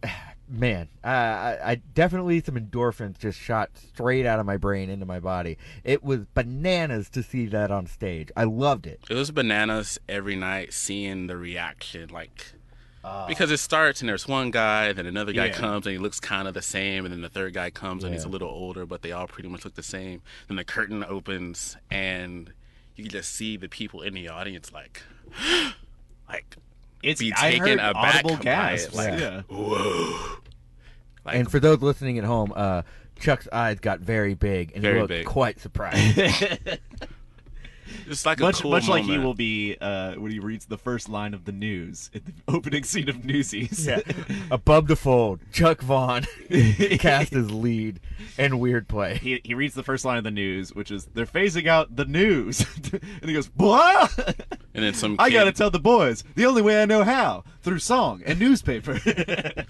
[SPEAKER 1] man, uh, I, I definitely some endorphins just shot straight out of my brain into my body. It was bananas to see that on stage. I loved it.
[SPEAKER 3] It was bananas every night seeing the reaction, like because it starts and there's one guy, then another guy
[SPEAKER 2] Ah. Yeah.
[SPEAKER 3] comes and he looks kind of the same, and then the third guy comes and he's a
[SPEAKER 1] Yeah.
[SPEAKER 3] little older, but they all pretty much look the same. Then the curtain opens and you can just see the people in the audience like, like
[SPEAKER 2] it's
[SPEAKER 3] be
[SPEAKER 2] I heard
[SPEAKER 3] taken aback
[SPEAKER 2] audible
[SPEAKER 3] by
[SPEAKER 2] gasps.
[SPEAKER 3] it, like-
[SPEAKER 2] yeah.
[SPEAKER 3] whoa. Like,
[SPEAKER 1] and for those listening at home, uh, Chuck's eyes got very big and he
[SPEAKER 3] Very
[SPEAKER 1] looked
[SPEAKER 3] big.
[SPEAKER 1] quite surprised.
[SPEAKER 3] it's like a
[SPEAKER 2] much
[SPEAKER 3] cool
[SPEAKER 2] much like he
[SPEAKER 3] moment.
[SPEAKER 2] will be uh, when he reads the first line of the news at the opening scene of Newsies.
[SPEAKER 1] yeah. Above the fold, Chuck Vaughn cast his lead and weird play.
[SPEAKER 2] he, he reads the first line of the news, which is they're phasing out the news, and he goes, "What?
[SPEAKER 3] And then some
[SPEAKER 2] I
[SPEAKER 3] kid-
[SPEAKER 2] gotta tell the boys the only way I know how through song and newspaper."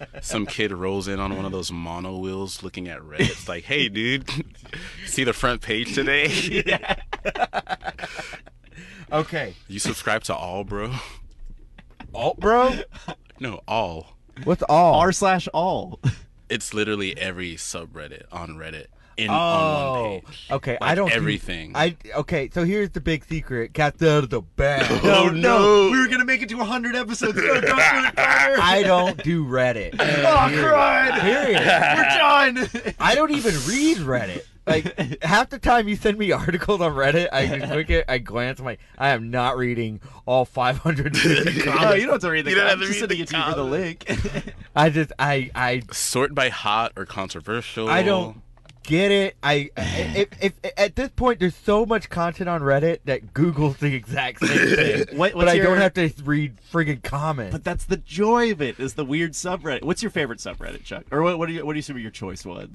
[SPEAKER 3] Some kid rolls in on one of those mono wheels looking at red. It's like, hey, dude, see the front page today?
[SPEAKER 1] Okay.
[SPEAKER 3] You subscribe to all, bro?
[SPEAKER 1] Alt bro?
[SPEAKER 3] No, all.
[SPEAKER 1] What's all?
[SPEAKER 2] R slash all.
[SPEAKER 3] It's literally every subreddit on Reddit in on
[SPEAKER 1] oh.
[SPEAKER 3] one page.
[SPEAKER 1] Okay, I
[SPEAKER 3] Like
[SPEAKER 1] don't do-
[SPEAKER 3] everything.
[SPEAKER 1] I okay, so here's the big secret. Cast out of the bag.
[SPEAKER 3] No, no.
[SPEAKER 2] we were gonna make it to hundred episodes. No, don't do it, Carter.
[SPEAKER 1] I don't do Reddit.
[SPEAKER 2] oh, cried.
[SPEAKER 1] Period.
[SPEAKER 2] We're done.
[SPEAKER 1] I don't even read Reddit. Like half the time you send me articles on Reddit, I just click it, I glance, I'm like, I am not reading all 550
[SPEAKER 2] Oh,
[SPEAKER 1] comments.
[SPEAKER 2] you don't have to read the.
[SPEAKER 3] You don't
[SPEAKER 2] I'm
[SPEAKER 3] have to
[SPEAKER 2] just
[SPEAKER 3] read
[SPEAKER 2] sending
[SPEAKER 3] the
[SPEAKER 2] it to you for the link.
[SPEAKER 1] I just, I, I,
[SPEAKER 3] Sort by hot or controversial.
[SPEAKER 1] I don't get it. I, if, if, at this point, there's so much content on Reddit that Google's the exact same thing,
[SPEAKER 2] What-
[SPEAKER 1] but
[SPEAKER 2] what's
[SPEAKER 1] I
[SPEAKER 2] your-
[SPEAKER 1] don't have to read friggin' comments.
[SPEAKER 2] But that's the joy of it is the weird subreddit. What's your favorite subreddit, Chuck? Or what? What do you? What do you assume your choice was?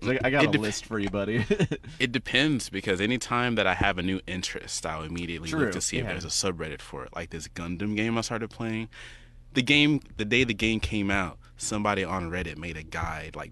[SPEAKER 2] 'Cause I, I got
[SPEAKER 3] It
[SPEAKER 2] a
[SPEAKER 3] dep-
[SPEAKER 2] list for you, buddy.
[SPEAKER 3] It depends because anytime that I have a new interest, I'll immediately
[SPEAKER 2] True,
[SPEAKER 3] look to see
[SPEAKER 2] yeah.
[SPEAKER 3] if there's a subreddit for it. Like this Gundam game I started playing. The game, the day the game came out, somebody on Reddit made a guide. Like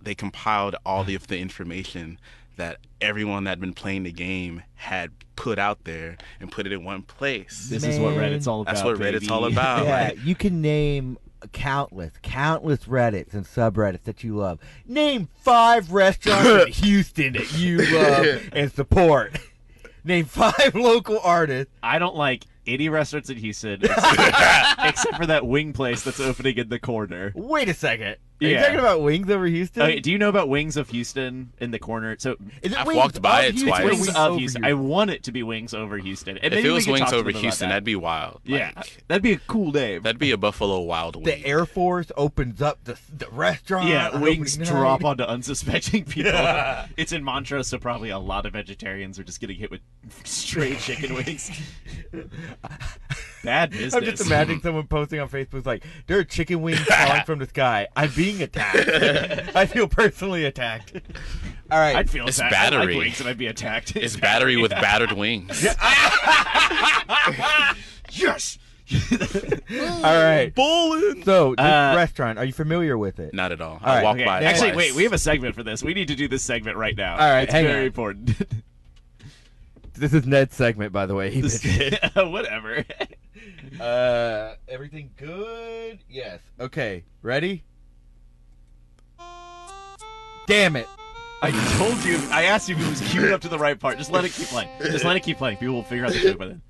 [SPEAKER 3] they compiled all the, of the information that everyone that had been playing the game had put out there and put it in one place.
[SPEAKER 2] this is what
[SPEAKER 1] Man.
[SPEAKER 2] Reddit's all about.
[SPEAKER 3] That's what Reddit's
[SPEAKER 2] baby.
[SPEAKER 3] all about.
[SPEAKER 1] yeah,
[SPEAKER 3] Like,
[SPEAKER 1] you can name countless, countless Reddits and subreddits that you love. Name five restaurants in Houston that you love and support. Name five local artists.
[SPEAKER 2] I don't like any restaurants in Houston except, except for that wing place that's opening in the corner.
[SPEAKER 1] Wait a second. Are you
[SPEAKER 2] Yeah. Oh,
[SPEAKER 1] talking about Wings over Houston?
[SPEAKER 2] Okay, do you know about Wings of Houston in the corner? So
[SPEAKER 1] Is it
[SPEAKER 3] I've
[SPEAKER 1] Wings
[SPEAKER 3] walked by
[SPEAKER 1] of
[SPEAKER 3] it
[SPEAKER 1] Houston or
[SPEAKER 3] twice.
[SPEAKER 2] Wings, of
[SPEAKER 1] over
[SPEAKER 2] Houston. I want it to be Wings over Houston. And
[SPEAKER 3] If
[SPEAKER 2] maybe
[SPEAKER 3] it
[SPEAKER 2] we
[SPEAKER 3] was
[SPEAKER 2] could
[SPEAKER 3] Wings
[SPEAKER 2] talk to
[SPEAKER 3] over
[SPEAKER 2] them about
[SPEAKER 3] Houston,
[SPEAKER 2] that.
[SPEAKER 3] that'd be wild.
[SPEAKER 2] yeah,
[SPEAKER 3] Like,
[SPEAKER 2] that'd be a cool name.
[SPEAKER 3] that'd be a Buffalo Wild Wing.
[SPEAKER 1] the Air Force opens up the the restaurant.
[SPEAKER 2] yeah,
[SPEAKER 1] on
[SPEAKER 2] wings
[SPEAKER 1] opening
[SPEAKER 2] drop
[SPEAKER 1] night.
[SPEAKER 2] onto unsuspecting people. It's in Montrose, so probably a lot of vegetarians are just getting hit with stray chicken wings. Bad business.
[SPEAKER 1] I'm just imagining someone posting on Facebook like, "There are chicken wings falling from the sky. I'm being attacked. I feel personally attacked." All right.
[SPEAKER 2] I'd feel
[SPEAKER 3] It's
[SPEAKER 2] attacked. I like
[SPEAKER 3] battery.
[SPEAKER 2] wings and I'd be attacked.
[SPEAKER 3] It's battery with battered wings.
[SPEAKER 2] yes.
[SPEAKER 1] All right.
[SPEAKER 3] Bowling.
[SPEAKER 1] So this
[SPEAKER 2] Uh,
[SPEAKER 1] restaurant, are you familiar with it?
[SPEAKER 3] Not at all.
[SPEAKER 1] All
[SPEAKER 3] I
[SPEAKER 1] right,
[SPEAKER 3] walk
[SPEAKER 1] okay,
[SPEAKER 3] by. it
[SPEAKER 1] next-
[SPEAKER 2] Actually,
[SPEAKER 3] twice.
[SPEAKER 2] wait. We have a segment for this. We need to do this segment right
[SPEAKER 1] All
[SPEAKER 2] now.
[SPEAKER 1] right,
[SPEAKER 2] it's
[SPEAKER 1] hang
[SPEAKER 2] very
[SPEAKER 1] on.
[SPEAKER 2] important.
[SPEAKER 1] This is Ned's segment, by the way. He
[SPEAKER 2] This-
[SPEAKER 1] did.
[SPEAKER 2] Whatever.
[SPEAKER 1] uh, everything good? Yes. Okay. Ready? Damn it!
[SPEAKER 2] I told you. I asked you if it was queued up to the right part. Just let it keep playing. Just let it keep playing. People will figure out the joke by then.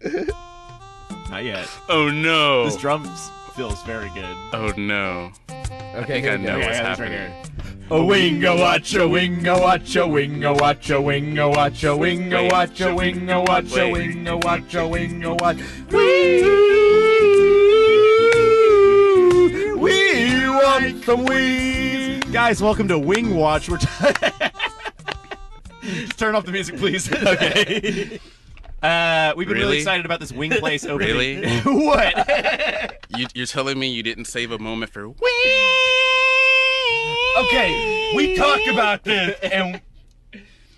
[SPEAKER 2] Not yet.
[SPEAKER 3] Oh no.
[SPEAKER 2] This drum s- feels very good.
[SPEAKER 3] oh no.
[SPEAKER 1] Okay.
[SPEAKER 3] think
[SPEAKER 1] here
[SPEAKER 3] I
[SPEAKER 1] we
[SPEAKER 3] know
[SPEAKER 1] go.
[SPEAKER 2] Okay, I got this
[SPEAKER 3] what's happening.
[SPEAKER 2] Right here.
[SPEAKER 1] A winga watch, a winga watch, a winga watch, a winga watch, a winga watch, a winga watch, a winga watch, a winga watch. We, we want some wings.
[SPEAKER 2] Guys, welcome to Wing Watch. We're t- Just turn off the music, please. okay. Uh, we've been really?
[SPEAKER 3] Really?
[SPEAKER 2] excited about this wing place opening.
[SPEAKER 3] Really?
[SPEAKER 2] what?
[SPEAKER 3] You, you're telling me you didn't save a moment for wing?
[SPEAKER 1] Okay, we talk about this, and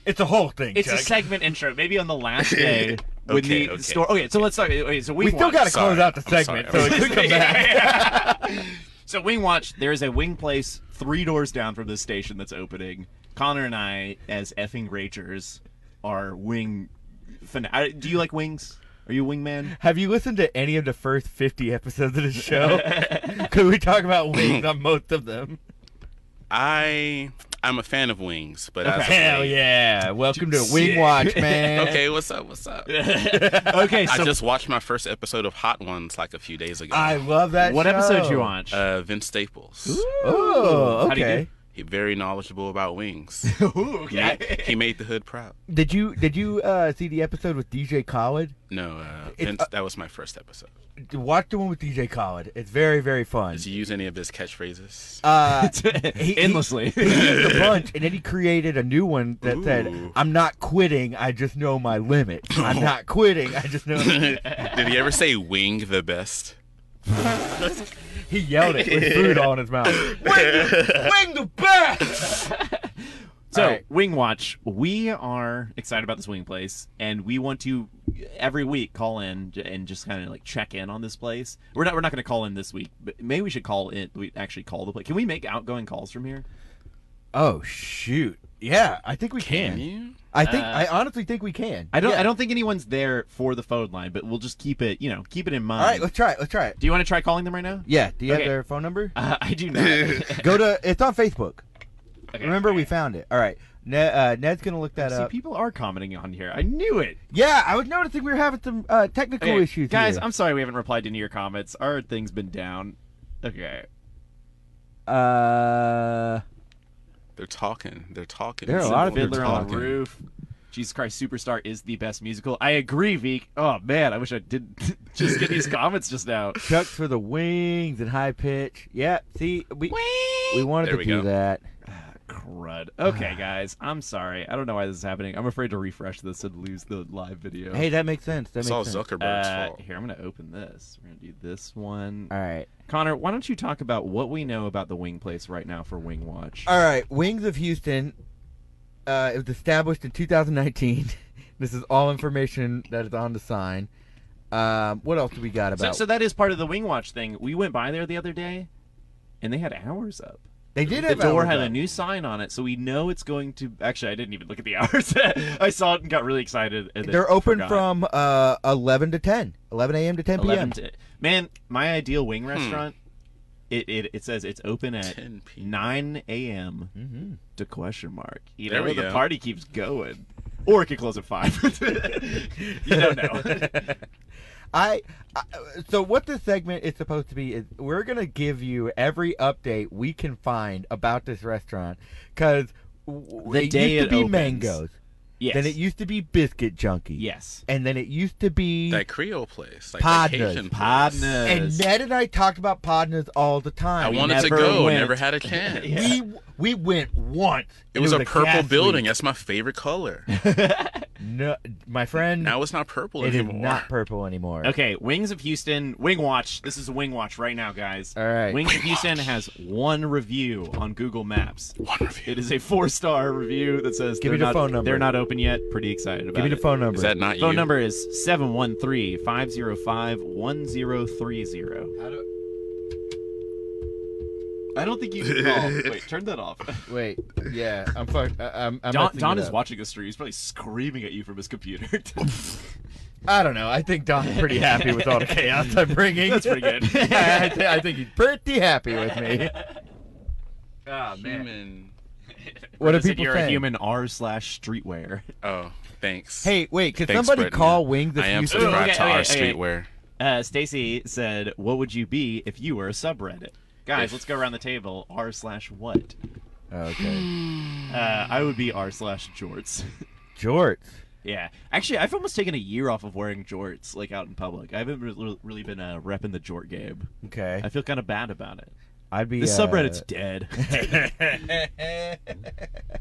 [SPEAKER 1] it's a whole thing.
[SPEAKER 2] It's a
[SPEAKER 1] Chuck.
[SPEAKER 2] segment intro. Maybe on the last day when
[SPEAKER 3] Okay,
[SPEAKER 2] the
[SPEAKER 3] okay.
[SPEAKER 2] store. Okay, so let's talk. Okay, so Wing
[SPEAKER 1] we still
[SPEAKER 2] Watch.
[SPEAKER 1] got to
[SPEAKER 3] Sorry,
[SPEAKER 1] close out the
[SPEAKER 3] I'm
[SPEAKER 1] segment,
[SPEAKER 3] sorry,
[SPEAKER 1] so
[SPEAKER 3] I'm
[SPEAKER 1] it could come back.
[SPEAKER 2] so Wing Watch, there is a Wing Place three doors down from this station that's opening. Connor and I, as effing ragers, are wing. Fan- I- Do you like wings? Are you a wingman?
[SPEAKER 1] Have you listened to any of the first 50 episodes of the show? Because we talk about wings on most of them.
[SPEAKER 3] I I'm a fan of wings, but as of
[SPEAKER 1] Hell
[SPEAKER 3] late-
[SPEAKER 1] yeah. Welcome to Wing Watch, man.
[SPEAKER 3] Okay, what's up? What's up?
[SPEAKER 2] okay, so
[SPEAKER 3] I just watched my first episode of Hot Ones like a few days ago.
[SPEAKER 1] I love that
[SPEAKER 2] what
[SPEAKER 1] show.
[SPEAKER 2] episode you watch?
[SPEAKER 3] uh, Vince Staples.
[SPEAKER 1] Oh,
[SPEAKER 2] How do you
[SPEAKER 1] okay.
[SPEAKER 3] He very knowledgeable about wings.
[SPEAKER 2] okay.
[SPEAKER 3] he made the hood proud.
[SPEAKER 1] Did you did you uh, see the episode with DJ Khaled?
[SPEAKER 3] No, uh,
[SPEAKER 1] It's-
[SPEAKER 3] Vince, that was my first episode.
[SPEAKER 1] Watch the one with DJ Khaled. It's very very fun.
[SPEAKER 3] Did you use any of his catchphrases?
[SPEAKER 1] Uh, he-
[SPEAKER 2] Endlessly.
[SPEAKER 1] he used a bunch, and then he created a new one that said,
[SPEAKER 3] Ooh.
[SPEAKER 1] "I'm not quitting. I just know my limit. I'm not quitting. I just know."
[SPEAKER 3] Did he ever say "wing the best"?
[SPEAKER 1] he yelled it with food all in his mouth. Wing the, wing the best.
[SPEAKER 2] So,
[SPEAKER 1] All right.
[SPEAKER 2] Wing Watch, we are excited about this wing place, and we want to every week call in j- and just kind of like check in on this place. We're not we're not going to call in this week, but maybe we should call in. We actually call the place. Can we make outgoing calls from here?
[SPEAKER 1] Oh shoot! Yeah, I think we can.
[SPEAKER 3] You?
[SPEAKER 1] I think
[SPEAKER 2] Uh,
[SPEAKER 1] I honestly think we can.
[SPEAKER 2] I don't
[SPEAKER 1] Yeah.
[SPEAKER 2] I don't think anyone's there for the phone line, but we'll just keep it you know keep it in mind.
[SPEAKER 1] All right, let's try it. Let's try it.
[SPEAKER 2] do you want to try calling them right now?
[SPEAKER 1] Yeah. Do you
[SPEAKER 2] Okay.
[SPEAKER 1] have their phone number?
[SPEAKER 2] Uh, I do not. Okay.
[SPEAKER 1] Go to. It's on Facebook. Remember, we found it. All right. Ned, uh, Ned's gonna look that
[SPEAKER 2] See,
[SPEAKER 1] up.
[SPEAKER 2] people are commenting on here. I knew it.
[SPEAKER 1] Yeah, I was noticing we were having some uh, technical
[SPEAKER 2] Okay,
[SPEAKER 1] issues.
[SPEAKER 2] guys.
[SPEAKER 1] here.
[SPEAKER 2] I'm sorry we haven't replied to any of your comments. Our thing's been down. Okay.
[SPEAKER 1] Uh,
[SPEAKER 3] They're talking. They're talking.
[SPEAKER 1] There are a lot of
[SPEAKER 3] They're
[SPEAKER 2] Fiddler on the
[SPEAKER 3] talking.
[SPEAKER 2] Roof. Jesus Christ Superstar is the best musical. I agree, Veek. Oh man, I wish I didn't just get these comments just now.
[SPEAKER 1] Chucks for the wings and high pitch. Yeah. See, we we wanted
[SPEAKER 3] There
[SPEAKER 1] to
[SPEAKER 3] we
[SPEAKER 1] do
[SPEAKER 3] go.
[SPEAKER 1] that.
[SPEAKER 2] Crud. Okay, guys, I'm sorry. I don't know why this is happening. I'm afraid to refresh this and lose the live video.
[SPEAKER 1] Hey, that makes sense. That
[SPEAKER 3] It's
[SPEAKER 1] makes
[SPEAKER 3] all
[SPEAKER 1] sense.
[SPEAKER 3] Zuckerberg's
[SPEAKER 2] uh,
[SPEAKER 3] fault.
[SPEAKER 2] here I'm gonna open this. We're gonna do this one.
[SPEAKER 1] All right.
[SPEAKER 2] Connor, why don't you talk about what we know about the Wing Place right now for Wing Watch?
[SPEAKER 1] All right, Wings of Houston. Uh, it was established in 2019. this is all information that is on the sign. Um, what else do we got
[SPEAKER 2] so,
[SPEAKER 1] about?
[SPEAKER 2] so that is part of the Wing Watch thing. We went by there the other day, and they had hours up.
[SPEAKER 1] they did
[SPEAKER 2] the
[SPEAKER 1] have
[SPEAKER 2] door
[SPEAKER 1] hours
[SPEAKER 2] had a
[SPEAKER 1] up.
[SPEAKER 2] new sign on it, so we know it's going to. Actually, I didn't even look at the hours. I saw it and got really excited. And then
[SPEAKER 1] They're open
[SPEAKER 2] forgot.
[SPEAKER 1] from uh, 11 to 10, 11 a.m. to 10 p.m.
[SPEAKER 2] eleven. To, man, my ideal wing
[SPEAKER 3] Hmm.
[SPEAKER 2] restaurant. It, it it says it's open at
[SPEAKER 3] 10 p.m.
[SPEAKER 2] nine a.m.
[SPEAKER 1] Mm-hmm.
[SPEAKER 2] to question mark. You
[SPEAKER 3] There
[SPEAKER 2] know
[SPEAKER 3] we
[SPEAKER 2] the
[SPEAKER 3] go.
[SPEAKER 2] party keeps going, or it could close at five. you don't know.
[SPEAKER 1] I, I so what this segment is supposed to be is we're gonna give you every update we can find about this restaurant because
[SPEAKER 2] The
[SPEAKER 1] it
[SPEAKER 2] day
[SPEAKER 1] used to
[SPEAKER 2] it
[SPEAKER 1] be
[SPEAKER 2] opens.
[SPEAKER 1] mangoes,
[SPEAKER 2] Yes.
[SPEAKER 1] then it used to be biscuit junkie,
[SPEAKER 2] yes.
[SPEAKER 1] and then it used to be
[SPEAKER 3] That Creole place, like
[SPEAKER 1] Podnas.
[SPEAKER 3] that Cajun place.
[SPEAKER 2] Podnas.
[SPEAKER 1] and Ned and I talked about Podnas all the
[SPEAKER 3] I
[SPEAKER 1] time.
[SPEAKER 2] we
[SPEAKER 3] wanted to
[SPEAKER 2] never
[SPEAKER 3] go,
[SPEAKER 2] went.
[SPEAKER 3] never had a chance.
[SPEAKER 2] Yeah.
[SPEAKER 1] We we went once. and
[SPEAKER 3] It was, a purple
[SPEAKER 1] gas
[SPEAKER 3] building.
[SPEAKER 1] leak.
[SPEAKER 3] That's my favorite color.
[SPEAKER 1] No, my friend,
[SPEAKER 3] now it's not purple
[SPEAKER 1] it is
[SPEAKER 3] anymore.
[SPEAKER 1] not purple anymore.
[SPEAKER 2] Okay, Wings of Houston, Wing Watch. This is a Wing Watch right now, guys.
[SPEAKER 1] All right.
[SPEAKER 2] Wings of Houston has one review on Google Maps.
[SPEAKER 3] One review.
[SPEAKER 2] It is a four-star review that says
[SPEAKER 1] Give
[SPEAKER 2] they're
[SPEAKER 1] me the
[SPEAKER 2] not-
[SPEAKER 1] phone number.
[SPEAKER 2] They're not open yet. Pretty excited about
[SPEAKER 1] Give me the
[SPEAKER 2] it.
[SPEAKER 1] phone number.
[SPEAKER 3] Is that not
[SPEAKER 2] Phone
[SPEAKER 3] you?
[SPEAKER 2] number is 713-505-1030.
[SPEAKER 1] How do-
[SPEAKER 2] I don't think you can call. Wait, turn that off.
[SPEAKER 1] Wait, yeah, I'm fuck. I- I'm. I'm
[SPEAKER 2] Don,
[SPEAKER 1] messing
[SPEAKER 2] Don
[SPEAKER 1] it
[SPEAKER 2] is
[SPEAKER 1] up.
[SPEAKER 2] watching this stream. He's probably screaming at you from his computer.
[SPEAKER 1] I don't know. I think Don's pretty happy with all the chaos I'm bringing.
[SPEAKER 2] That's pretty good.
[SPEAKER 1] I, I thi- I think he's pretty happy with me.
[SPEAKER 2] oh,
[SPEAKER 3] Human.
[SPEAKER 1] What are
[SPEAKER 2] Is it
[SPEAKER 1] people
[SPEAKER 2] you're
[SPEAKER 1] saying?
[SPEAKER 2] a human r slash streetwear.
[SPEAKER 3] Oh, thanks.
[SPEAKER 1] Hey, wait, could
[SPEAKER 3] Thanks,
[SPEAKER 1] somebody
[SPEAKER 3] Brittany.
[SPEAKER 1] call Wings of
[SPEAKER 3] I am
[SPEAKER 1] Houston?
[SPEAKER 2] Ooh,
[SPEAKER 3] subscribed
[SPEAKER 2] okay,
[SPEAKER 3] to our
[SPEAKER 2] okay, okay.
[SPEAKER 3] streetwear.
[SPEAKER 2] Uh, Stacy said, "What would you be if you were a subreddit?" Guys, let's go around the table. R slash what?
[SPEAKER 1] Oh, Okay,
[SPEAKER 2] Uh, I would be R slash jorts.
[SPEAKER 1] jorts.
[SPEAKER 2] yeah, actually, I've almost taken a year off of wearing jorts, like out in public. I haven't re- really been uh, repping the jort game.
[SPEAKER 1] Okay,
[SPEAKER 2] I feel kind of bad about it.
[SPEAKER 1] I'd be
[SPEAKER 2] The
[SPEAKER 1] uh,
[SPEAKER 2] subreddit's dead.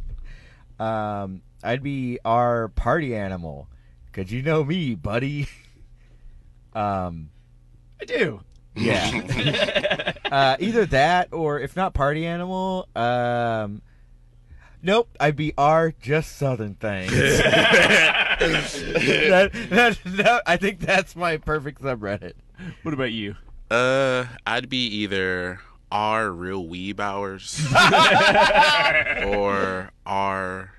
[SPEAKER 1] um, I'd be our party animal, cause you know me, buddy. um,
[SPEAKER 2] I do.
[SPEAKER 1] yeah. uh, either that or if not party animal, um, nope, I'd be R just Southern thing. that, that, that, I think that's my perfect subreddit.
[SPEAKER 2] What about you?
[SPEAKER 3] Uh, I'd be either R real weeb hours or R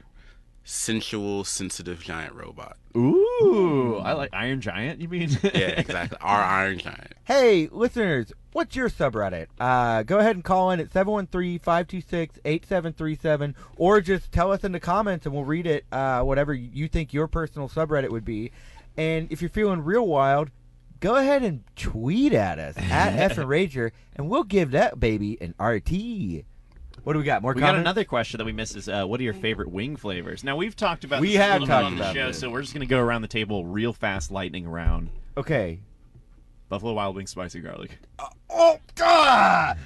[SPEAKER 3] sensual sensitive giant robot.
[SPEAKER 2] Ooh, I like Iron Giant. You mean?
[SPEAKER 3] Yeah, exactly. R iron giant.
[SPEAKER 1] Hey, listeners, what's your subreddit? Uh, go ahead and call in at 713-526-8737 or just tell us in the comments and we'll read it, uh, whatever you think your personal subreddit would be. And if you're feeling real wild, go ahead and tweet at us at F and Rager and we'll give that baby an RT. What do we got? More
[SPEAKER 2] We got
[SPEAKER 1] comments?
[SPEAKER 2] another question that we missed is uh, what are your favorite wing flavors? Now we've talked about
[SPEAKER 1] We
[SPEAKER 2] this a
[SPEAKER 1] have
[SPEAKER 2] little
[SPEAKER 1] talked
[SPEAKER 2] bit on the
[SPEAKER 1] about
[SPEAKER 2] show,
[SPEAKER 1] this.
[SPEAKER 2] so we're just gonna go around the table real fast, lightning round.
[SPEAKER 1] Okay.
[SPEAKER 2] Buffalo Wild Wings, spicy garlic.
[SPEAKER 1] Oh, God!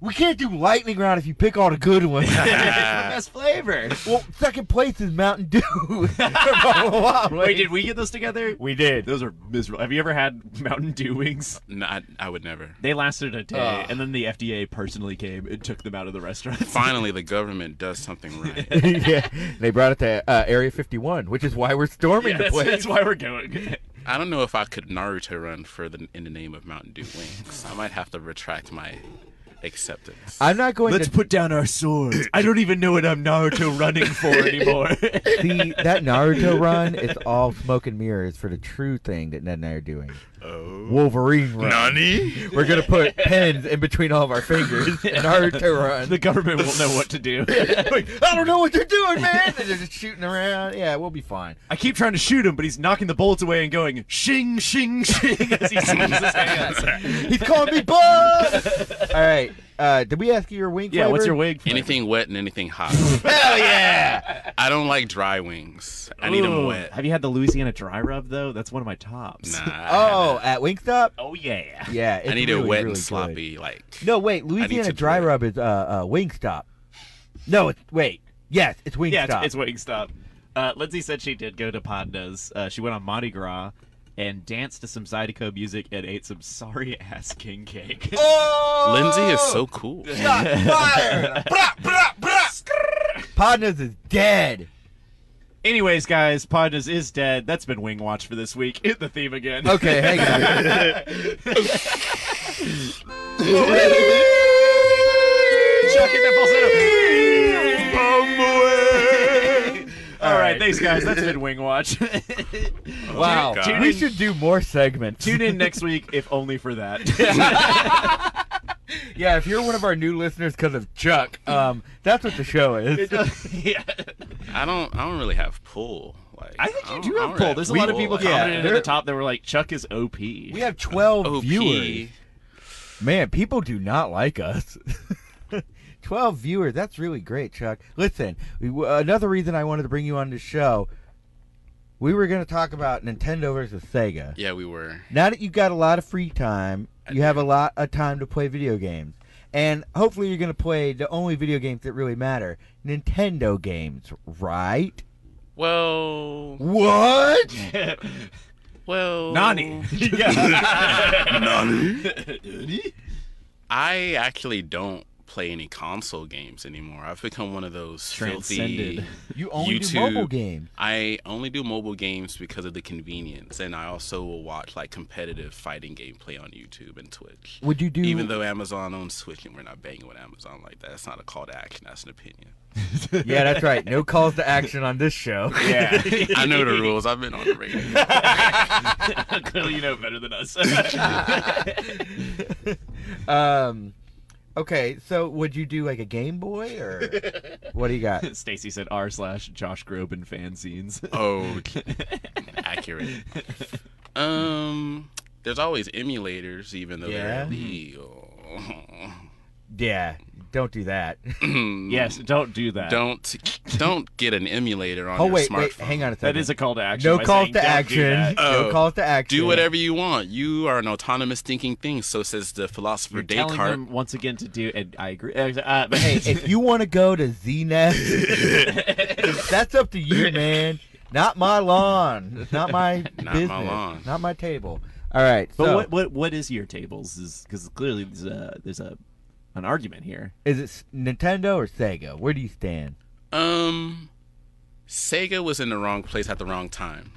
[SPEAKER 1] We can't do lightning round if you pick all the good ones.
[SPEAKER 2] best flavor.
[SPEAKER 1] Well, second place is Mountain Dew. Wait,
[SPEAKER 2] Wait, did we get those together?
[SPEAKER 1] we did.
[SPEAKER 2] Those are miserable. Have you ever had Mountain Dew wings?
[SPEAKER 3] No, I, I would never.
[SPEAKER 2] They lasted a day, and then the FDA personally came and took them out of the restaurant.
[SPEAKER 3] Finally, the government does something right.
[SPEAKER 1] yeah, they brought it to uh, Area 51, which is why we're storming
[SPEAKER 2] Yeah,
[SPEAKER 1] the
[SPEAKER 2] that's,
[SPEAKER 1] place.
[SPEAKER 2] that's why we're going.
[SPEAKER 3] I don't know if I could Naruto run for the in the name of Mountain Dew wings. I might have to retract my acceptance.
[SPEAKER 1] I'm not going to
[SPEAKER 2] put down our swords. I don't even know what I'm Naruto running for anymore.
[SPEAKER 1] see that Naruto run. It's all smoke and mirrors for the true thing that Ned and I are doing.
[SPEAKER 3] oh,
[SPEAKER 1] Wolverine run.
[SPEAKER 3] Nani?
[SPEAKER 1] We're gonna put pens in between all of our fingers. Naruto run.
[SPEAKER 2] the government won't know what to do.
[SPEAKER 1] Like, I don't know what they're doing, man. And they're just shooting around. Yeah, we'll be fine.
[SPEAKER 2] I keep trying to shoot him, but he's knocking the bullets away and going shing shing shing as he swings his hands.
[SPEAKER 1] He's calling me bud. all right. Uh, did we ask you your wing?
[SPEAKER 2] Yeah, what's
[SPEAKER 1] flavor?
[SPEAKER 2] your wig? flavor?
[SPEAKER 3] Anything wet and anything hot.
[SPEAKER 1] Hell yeah!
[SPEAKER 3] I don't like dry wings. I need them
[SPEAKER 2] Ooh,
[SPEAKER 3] wet.
[SPEAKER 2] Have you had the Louisiana dry rub though? That's one of my tops.
[SPEAKER 3] Nah. I
[SPEAKER 1] Oh,
[SPEAKER 3] haven't.
[SPEAKER 1] at Wingstop?
[SPEAKER 2] Oh yeah.
[SPEAKER 1] Yeah, it's
[SPEAKER 3] I need
[SPEAKER 1] really,
[SPEAKER 3] it wet
[SPEAKER 1] really
[SPEAKER 3] and
[SPEAKER 1] good.
[SPEAKER 3] sloppy. Like
[SPEAKER 1] No, wait, Louisiana
[SPEAKER 3] to
[SPEAKER 1] dry
[SPEAKER 3] do it.
[SPEAKER 1] rub is uh, uh Wingstop. No, it's wait. Yes, it's Wingstop.
[SPEAKER 2] Yeah, it's, it's Wingstop. Uh, Lindsay said she did go to Podnos. Uh, she went on Mardi Gras and danced to some Zydeco music and ate some sorry ass king cake.
[SPEAKER 1] oh,
[SPEAKER 3] Lindsay is so cool.
[SPEAKER 1] shot fired. Brah, brah, brah. Podnos is dead.
[SPEAKER 2] Anyways, guys, Podnos is dead. That's been Wing Watch for this week. Hit the theme again.
[SPEAKER 1] Okay, hang on.
[SPEAKER 2] Chuck it, that falsetto. All right, thanks guys. That's been Wing Watch.
[SPEAKER 1] Wow,
[SPEAKER 3] God.
[SPEAKER 1] we should do more segments.
[SPEAKER 2] Tune in next week, if only for that.
[SPEAKER 1] Yeah, if you're one of our new listeners because of Chuck, um, that's what the show is.
[SPEAKER 2] yeah.
[SPEAKER 3] I don't. I don't really have pull. Like
[SPEAKER 2] I think you
[SPEAKER 3] don't-
[SPEAKER 2] do
[SPEAKER 3] I
[SPEAKER 2] have
[SPEAKER 3] don't
[SPEAKER 2] pull.
[SPEAKER 3] rap
[SPEAKER 2] There's a
[SPEAKER 3] cool.
[SPEAKER 2] lot of people
[SPEAKER 3] Like,
[SPEAKER 2] yeah,
[SPEAKER 3] I'm
[SPEAKER 2] commented at
[SPEAKER 1] there-
[SPEAKER 2] the top that were like, Chuck is OP.
[SPEAKER 1] We have 12
[SPEAKER 3] OP.
[SPEAKER 1] viewers. Man, people do not like us. 12 viewers. That's really great, Chuck. Listen, we- w- another reason I wanted to bring you on the show, we were going to talk about Nintendo versus Sega.
[SPEAKER 3] Yeah, we were.
[SPEAKER 1] Now that you've got a lot of free time,
[SPEAKER 3] I
[SPEAKER 1] you have a lot of time to play video games. And hopefully you're going to play the only video games that really matter Nintendo games, right?
[SPEAKER 3] Well,
[SPEAKER 1] What?
[SPEAKER 3] well,
[SPEAKER 2] Nani. Nani?
[SPEAKER 3] I actually don't play any console games anymore. I've become one of those filthy.
[SPEAKER 2] Transcended.
[SPEAKER 1] You only do
[SPEAKER 3] YouTube.
[SPEAKER 1] mobile games.
[SPEAKER 3] I only do mobile games because of the convenience, and I also will watch like competitive fighting gameplay on YouTube and Twitch.
[SPEAKER 1] Would you do
[SPEAKER 3] Even though Amazon owns Twitch, and we're not banging with Amazon like that, that's not a call to action. That's an opinion.
[SPEAKER 1] Yeah, that's right. No calls to action on this show.
[SPEAKER 2] Yeah.
[SPEAKER 3] I know the rules. I've been on the radio.
[SPEAKER 2] Clearly, you know better than us.
[SPEAKER 1] um, okay, so would you do like a Game Boy or what do you got?
[SPEAKER 2] Stacy said r slash Josh Groban fan scenes.
[SPEAKER 3] Oh, accurate. Um, there's always emulators, even though
[SPEAKER 1] Yeah.
[SPEAKER 3] they're illegal.
[SPEAKER 1] Yeah, don't do that.
[SPEAKER 2] Mm-hmm. yes, don't do that.
[SPEAKER 3] Don't don't get an emulator on
[SPEAKER 1] oh
[SPEAKER 3] your
[SPEAKER 1] wait,
[SPEAKER 3] smartphone.
[SPEAKER 1] wait, hang on a second.
[SPEAKER 2] That is a call to action.
[SPEAKER 1] no
[SPEAKER 2] by
[SPEAKER 1] calls
[SPEAKER 2] saying,
[SPEAKER 1] to
[SPEAKER 2] "Don't do
[SPEAKER 1] action.
[SPEAKER 2] that."
[SPEAKER 1] No
[SPEAKER 3] Oh.
[SPEAKER 1] calls to action.
[SPEAKER 3] Do whatever you want. You are an autonomous thinking thing. So says the philosopher
[SPEAKER 2] You're telling
[SPEAKER 3] Descartes.
[SPEAKER 2] them once again to do, and I agree. Uh, but
[SPEAKER 1] Hey, if you want to go to ZNet, that's up to you, man. Not my lawn. It's not my
[SPEAKER 3] Not my
[SPEAKER 1] business.
[SPEAKER 3] lawn.
[SPEAKER 1] Not my table. All right.
[SPEAKER 2] But
[SPEAKER 1] so
[SPEAKER 2] what, what what is your tables? Is because clearly there's a there's a an argument here.
[SPEAKER 1] is it S- Nintendo or Sega? Where do you stand?
[SPEAKER 3] um, Sega was in the wrong place at the wrong time.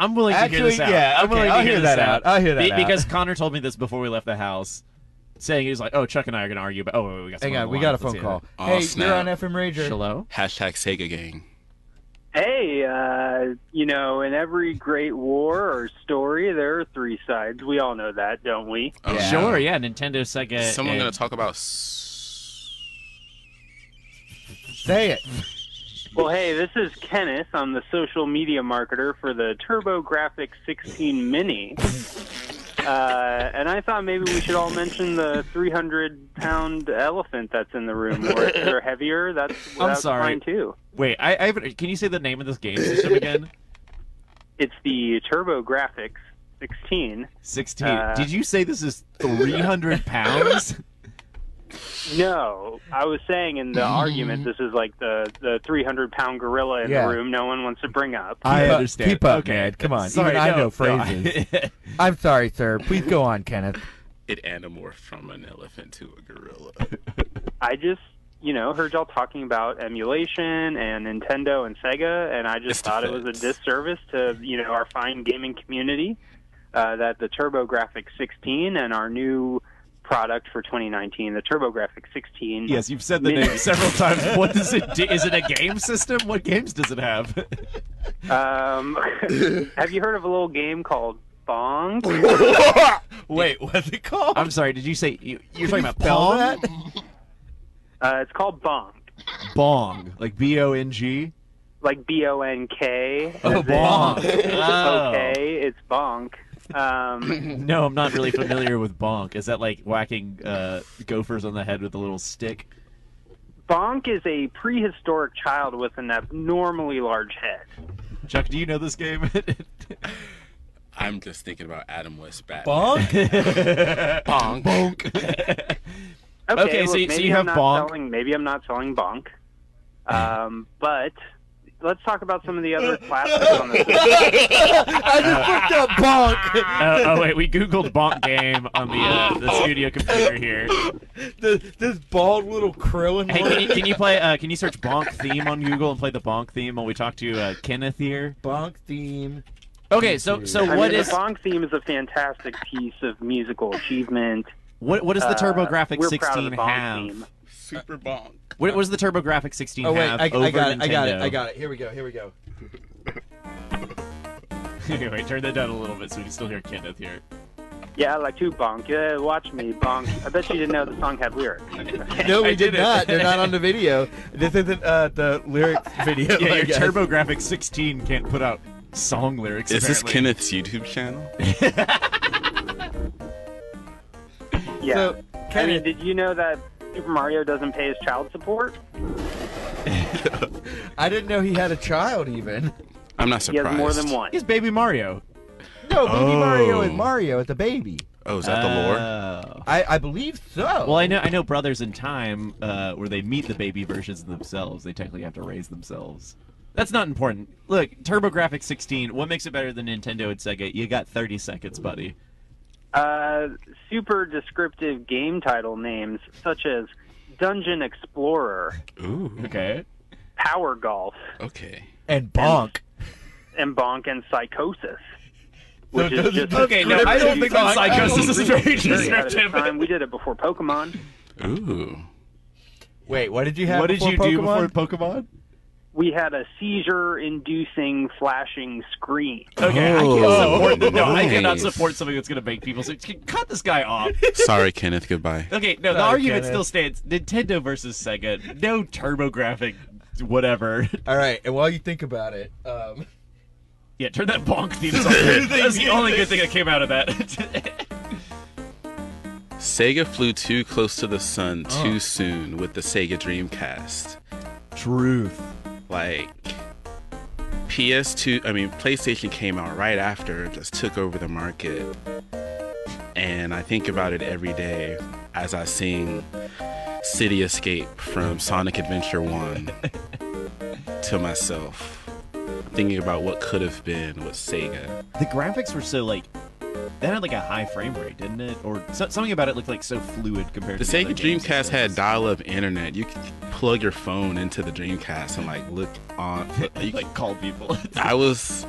[SPEAKER 2] I'm willing to hear
[SPEAKER 1] Actually,
[SPEAKER 2] this out.
[SPEAKER 1] yeah,
[SPEAKER 2] I'm
[SPEAKER 1] okay,
[SPEAKER 2] willing to
[SPEAKER 1] I'll
[SPEAKER 2] hear
[SPEAKER 1] hear
[SPEAKER 2] this
[SPEAKER 1] that out. I'll hear that
[SPEAKER 2] Be-
[SPEAKER 1] out.
[SPEAKER 2] Because Connor told me this before we left the house, saying he was like, "Oh, Chuck and I are gonna argue about." Oh, wait, we got
[SPEAKER 1] Hang
[SPEAKER 2] someone
[SPEAKER 1] on, we
[SPEAKER 2] the
[SPEAKER 1] got
[SPEAKER 2] line.
[SPEAKER 1] a phone
[SPEAKER 2] Let's
[SPEAKER 1] call.
[SPEAKER 3] Oh,
[SPEAKER 1] hey, you're
[SPEAKER 3] snap.
[SPEAKER 1] on FM
[SPEAKER 2] hear
[SPEAKER 1] Rager.
[SPEAKER 2] that. Hello.
[SPEAKER 3] Hashtag Sega gang.
[SPEAKER 5] Hey, uh, you know, in every great war or story, there are three sides. We all know that, don't we?
[SPEAKER 3] Oh,
[SPEAKER 1] Yeah.
[SPEAKER 2] Sure. Yeah, Nintendo, Sega.
[SPEAKER 3] Is someone
[SPEAKER 2] and-
[SPEAKER 3] gonna talk about? s-
[SPEAKER 1] Say it.
[SPEAKER 5] Well, hey, this is Kenneth. I'm the social media marketer for the TurboGrafx 16 Mini. Uh, and I thought maybe we should all mention the 300 pound elephant that's in the room, or if they're heavier, that's,
[SPEAKER 2] I'm
[SPEAKER 5] that's
[SPEAKER 2] sorry.
[SPEAKER 5] fine too.
[SPEAKER 2] Wait, I, I haven't. Can you say the name of this game system again?
[SPEAKER 5] It's the TurboGrafx 16.
[SPEAKER 2] Sixteen.
[SPEAKER 5] Uh,
[SPEAKER 2] Did you say this is three hundred pounds?
[SPEAKER 5] No, I was saying in the argument, this is like the the 300 pound gorilla in
[SPEAKER 1] Yeah.
[SPEAKER 5] the room. No one wants to bring up.
[SPEAKER 1] Keep
[SPEAKER 2] I
[SPEAKER 1] up-
[SPEAKER 2] understand.
[SPEAKER 1] keep up,
[SPEAKER 2] okay.
[SPEAKER 1] man. Come on.
[SPEAKER 2] Sorry,
[SPEAKER 1] Even I
[SPEAKER 2] no,
[SPEAKER 1] know
[SPEAKER 2] no,
[SPEAKER 1] phrases.
[SPEAKER 2] I-
[SPEAKER 1] I'm sorry, sir. Please go on, Kenneth.
[SPEAKER 3] It anamorphed from an elephant to a gorilla.
[SPEAKER 5] I just, you know, heard y'all talking about emulation and Nintendo and Sega, and I just
[SPEAKER 3] It's the
[SPEAKER 5] thought it was a
[SPEAKER 3] feds.
[SPEAKER 5] disservice to you know our fine gaming community uh, that the TurboGrafx 16 and our new product for 2019, the TurboGrafx 16.
[SPEAKER 2] yes, you've said the name several times. What does it do? Is it a game system? What games does it have?
[SPEAKER 5] Um, have you heard of a little game called Bong?
[SPEAKER 1] Wait, what's it called?
[SPEAKER 2] I'm sorry. Did you say you, you're
[SPEAKER 1] Can
[SPEAKER 2] talking
[SPEAKER 1] you
[SPEAKER 2] about
[SPEAKER 1] spell
[SPEAKER 2] bong?
[SPEAKER 1] that?
[SPEAKER 5] Uh, it's called Bong.
[SPEAKER 2] Bong, like B O N G.
[SPEAKER 5] like B O N K.
[SPEAKER 2] Oh, bong.
[SPEAKER 5] Okay, it's bonk. Um,
[SPEAKER 2] Oh. No, I'm not really familiar with bonk. Is that like whacking uh, gophers on the head with a little stick?
[SPEAKER 5] bonk is a prehistoric child with an abnormally large head.
[SPEAKER 2] Chuck, do you know this game?
[SPEAKER 3] I'm just thinking about Adam West Batman.
[SPEAKER 1] Bonk?
[SPEAKER 3] Bonk.
[SPEAKER 2] bonk.
[SPEAKER 5] Okay,
[SPEAKER 2] Okay, so
[SPEAKER 5] look,
[SPEAKER 2] you- so
[SPEAKER 5] maybe
[SPEAKER 2] you have
[SPEAKER 5] I'm not
[SPEAKER 2] bonk.
[SPEAKER 5] Selling, maybe I'm not selling bonk. Um, but let's talk about some of the other classics on the system.
[SPEAKER 1] I just fucked up bonk.
[SPEAKER 2] Uh, oh wait, we googled bonk game on the uh, the studio computer here.
[SPEAKER 1] this, this bald little Krillin.
[SPEAKER 2] Hey, can you, can you play? Uh, can you search bonk theme on Google and play the bonk theme while we talk to uh, Kenneth here?
[SPEAKER 1] bonk theme.
[SPEAKER 2] Okay, so so
[SPEAKER 5] I
[SPEAKER 2] what
[SPEAKER 5] mean,
[SPEAKER 2] is
[SPEAKER 5] the bonk theme is a fantastic piece of musical achievement.
[SPEAKER 2] what what does the
[SPEAKER 5] Uh,
[SPEAKER 2] TurboGrafx
[SPEAKER 5] we're proud of the
[SPEAKER 2] 16
[SPEAKER 5] bonk
[SPEAKER 2] have?
[SPEAKER 5] theme.
[SPEAKER 3] Super bonk.
[SPEAKER 2] What, what does the TurboGrafx 16
[SPEAKER 1] Oh wait,
[SPEAKER 2] have
[SPEAKER 1] I, I
[SPEAKER 2] over
[SPEAKER 1] got it. I got it.
[SPEAKER 2] Nintendo?
[SPEAKER 1] I got it. Here we go. Here we go.
[SPEAKER 2] Wait, turn that down a little bit so we can still hear Kenneth here.
[SPEAKER 5] Yeah, I like to bonk. Yeah, watch me bonk. I bet you didn't know the song had lyrics.
[SPEAKER 4] No, we
[SPEAKER 2] I
[SPEAKER 4] did
[SPEAKER 2] did it.
[SPEAKER 4] not. They're not on the video. This isn't uh, the lyrics video.
[SPEAKER 2] Yeah,
[SPEAKER 4] I
[SPEAKER 2] your
[SPEAKER 4] guess.
[SPEAKER 2] TurboGrafx 16 can't put out song lyrics.
[SPEAKER 3] Is this
[SPEAKER 2] apparently.
[SPEAKER 3] Kenneth's YouTube channel?
[SPEAKER 5] Yeah.
[SPEAKER 4] So,
[SPEAKER 5] I mean,
[SPEAKER 4] Kenneth,
[SPEAKER 5] did you know that Super Mario doesn't pay his child support?
[SPEAKER 4] I didn't know he had a child even.
[SPEAKER 3] I'm not
[SPEAKER 5] He
[SPEAKER 3] surprised.
[SPEAKER 5] has more than one.
[SPEAKER 2] He's Baby Mario.
[SPEAKER 4] No, Baby Mario
[SPEAKER 3] Oh.
[SPEAKER 4] is Mario. It's a baby.
[SPEAKER 3] Oh, is that the lore?
[SPEAKER 2] lore?
[SPEAKER 4] I, I believe so.
[SPEAKER 2] Oh. Well, I know I know Brothers in Time, uh, where they meet the baby versions of themselves. They technically have to raise themselves. That's not important. Look, TurboGrafx 16. What makes it better than Nintendo and Sega? You got 30 seconds, buddy.
[SPEAKER 5] Uh, super descriptive game title names such as Dungeon Explorer,
[SPEAKER 3] Ooh.
[SPEAKER 2] Okay.
[SPEAKER 5] Power Golf,
[SPEAKER 3] Uh, Okay.
[SPEAKER 1] and bonk.
[SPEAKER 5] and Bonk and Psychosis. Which
[SPEAKER 1] does
[SPEAKER 5] is
[SPEAKER 1] it-
[SPEAKER 5] just
[SPEAKER 2] Okay, no, I don't think that Psychosis is very descriptive.
[SPEAKER 5] Time. We did it before Pokemon.
[SPEAKER 3] Ooh.
[SPEAKER 1] Wait, what did you have?
[SPEAKER 2] What did
[SPEAKER 1] before
[SPEAKER 2] you
[SPEAKER 1] Pokemon?
[SPEAKER 2] do before Pokemon?
[SPEAKER 5] We had a seizure-inducing flashing screen.
[SPEAKER 2] Okay, I can't
[SPEAKER 3] Oh,
[SPEAKER 2] support the, no, I cannot
[SPEAKER 3] nice.
[SPEAKER 2] support something that's gonna make people say, cut this guy off.
[SPEAKER 3] Sorry, Kenneth. Goodbye.
[SPEAKER 2] Okay, no, the
[SPEAKER 1] Sorry,
[SPEAKER 2] argument
[SPEAKER 1] Kenneth.
[SPEAKER 2] still stands. Nintendo versus Sega. No TurboGrafx, whatever.
[SPEAKER 1] All right, and while you think about it, um,
[SPEAKER 2] Yeah, turn that bonk theme song. that was the only good thing that came out of that.
[SPEAKER 3] Sega flew too close to the sun too soon with the Sega Dreamcast.
[SPEAKER 2] Truth.
[SPEAKER 3] Like PS2, I mean PlayStation came out right after, just took over the market. And I think about it every day as I sing City Escape from Sonic Adventure 1 to myself. Thinking about what could have been with Sega.
[SPEAKER 2] The graphics were so like that had like a high frame rate, didn't it? Or so, something about it looked like so fluid compared
[SPEAKER 3] The
[SPEAKER 2] to other
[SPEAKER 3] Sega
[SPEAKER 2] games and
[SPEAKER 3] Dreamcast had
[SPEAKER 2] systems.
[SPEAKER 3] dial-up internet. You could plug your phone into the Dreamcast and like look on. You
[SPEAKER 2] like call people.
[SPEAKER 3] I was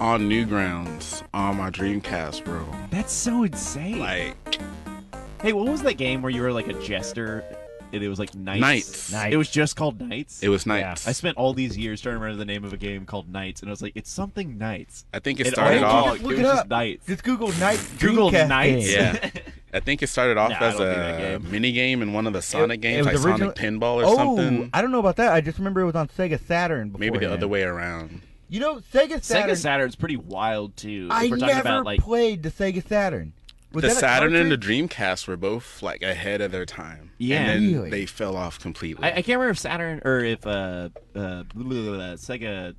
[SPEAKER 3] on Newgrounds on my Dreamcast, bro.
[SPEAKER 2] That's so insane.
[SPEAKER 3] Like
[SPEAKER 2] hey, what was that game where you were like a jester and it was like knights?
[SPEAKER 3] Knights.
[SPEAKER 2] It was just called knights.
[SPEAKER 3] it was nights.
[SPEAKER 2] I spent all these years trying to remember the name of a game called Knights, and I was like, it's something Knights.
[SPEAKER 3] I think it
[SPEAKER 2] And
[SPEAKER 3] started
[SPEAKER 2] all
[SPEAKER 3] off.
[SPEAKER 2] it was-
[SPEAKER 1] Look
[SPEAKER 2] it
[SPEAKER 1] it
[SPEAKER 2] was
[SPEAKER 1] up.
[SPEAKER 2] just Knights.
[SPEAKER 1] just Google Night
[SPEAKER 2] Google
[SPEAKER 1] Dreamcast
[SPEAKER 2] Knights.
[SPEAKER 1] game.
[SPEAKER 3] Yeah. I think it started off
[SPEAKER 2] Nah, I
[SPEAKER 3] as
[SPEAKER 2] don't do that
[SPEAKER 3] a
[SPEAKER 2] game.
[SPEAKER 3] mini game in one of the Sonic games,
[SPEAKER 1] was
[SPEAKER 3] like
[SPEAKER 1] original-
[SPEAKER 3] Sonic Pinball or
[SPEAKER 1] Oh,
[SPEAKER 3] something.
[SPEAKER 1] I don't know about that. I just remember it was on Sega Saturn. Before
[SPEAKER 3] Maybe the other way around.
[SPEAKER 1] You know, Sega Saturn.
[SPEAKER 2] Sega Saturn's pretty wild too.
[SPEAKER 1] I
[SPEAKER 2] if we're
[SPEAKER 1] never
[SPEAKER 2] talking about like
[SPEAKER 1] played the Sega Saturn. Was
[SPEAKER 3] the
[SPEAKER 1] that a
[SPEAKER 3] Saturn and the
[SPEAKER 1] cartridge?
[SPEAKER 3] Dreamcast were both like ahead of their time.
[SPEAKER 2] Yeah.
[SPEAKER 3] and then
[SPEAKER 1] Really?
[SPEAKER 3] they fell off completely.
[SPEAKER 2] I, I can't remember if Saturn or if uh, uh, blah, blah, blah, blah, Sega.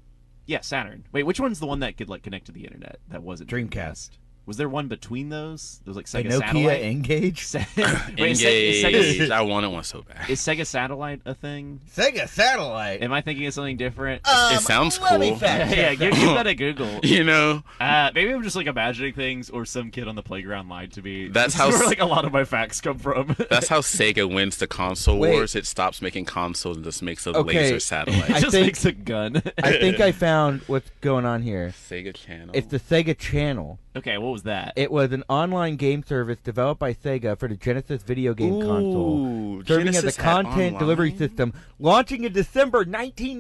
[SPEAKER 2] Yeah, Saturn. Wait, which one's the one that could like connect to the internet? That wasn't
[SPEAKER 1] Dreamcast.
[SPEAKER 2] Was there one between those? There was like
[SPEAKER 1] The
[SPEAKER 2] Sega
[SPEAKER 1] Nokia
[SPEAKER 2] Satellite.
[SPEAKER 1] Engage.
[SPEAKER 2] Se- Wait, is, Se- is
[SPEAKER 3] Engage.
[SPEAKER 2] Sega,
[SPEAKER 3] I wanted one so bad.
[SPEAKER 2] is Sega Satellite a thing?
[SPEAKER 1] Sega Satellite.
[SPEAKER 2] Am I thinking of something different?
[SPEAKER 1] Um,
[SPEAKER 3] it sounds
[SPEAKER 1] let me
[SPEAKER 3] cool.
[SPEAKER 1] fact check
[SPEAKER 2] yeah, give, give that a Google.
[SPEAKER 3] you know,
[SPEAKER 2] Uh, maybe I'm just like imagining things, or some kid on the playground lied to me.
[SPEAKER 3] That's
[SPEAKER 2] This is
[SPEAKER 3] how
[SPEAKER 2] where
[SPEAKER 3] s-
[SPEAKER 2] like a lot of my facts come from.
[SPEAKER 3] that's how Sega wins the console
[SPEAKER 1] Wait.
[SPEAKER 3] wars. It stops making consoles and just makes a
[SPEAKER 1] Okay.
[SPEAKER 3] laser satellite.
[SPEAKER 2] it just
[SPEAKER 1] think-
[SPEAKER 2] makes a gun.
[SPEAKER 1] I think I found what's going on here.
[SPEAKER 3] Sega Channel.
[SPEAKER 1] It's the Sega Channel.
[SPEAKER 2] okay, what was that?
[SPEAKER 1] It was an online game service developed by Sega for the Genesis video game console, serving as a content delivery system, launching in December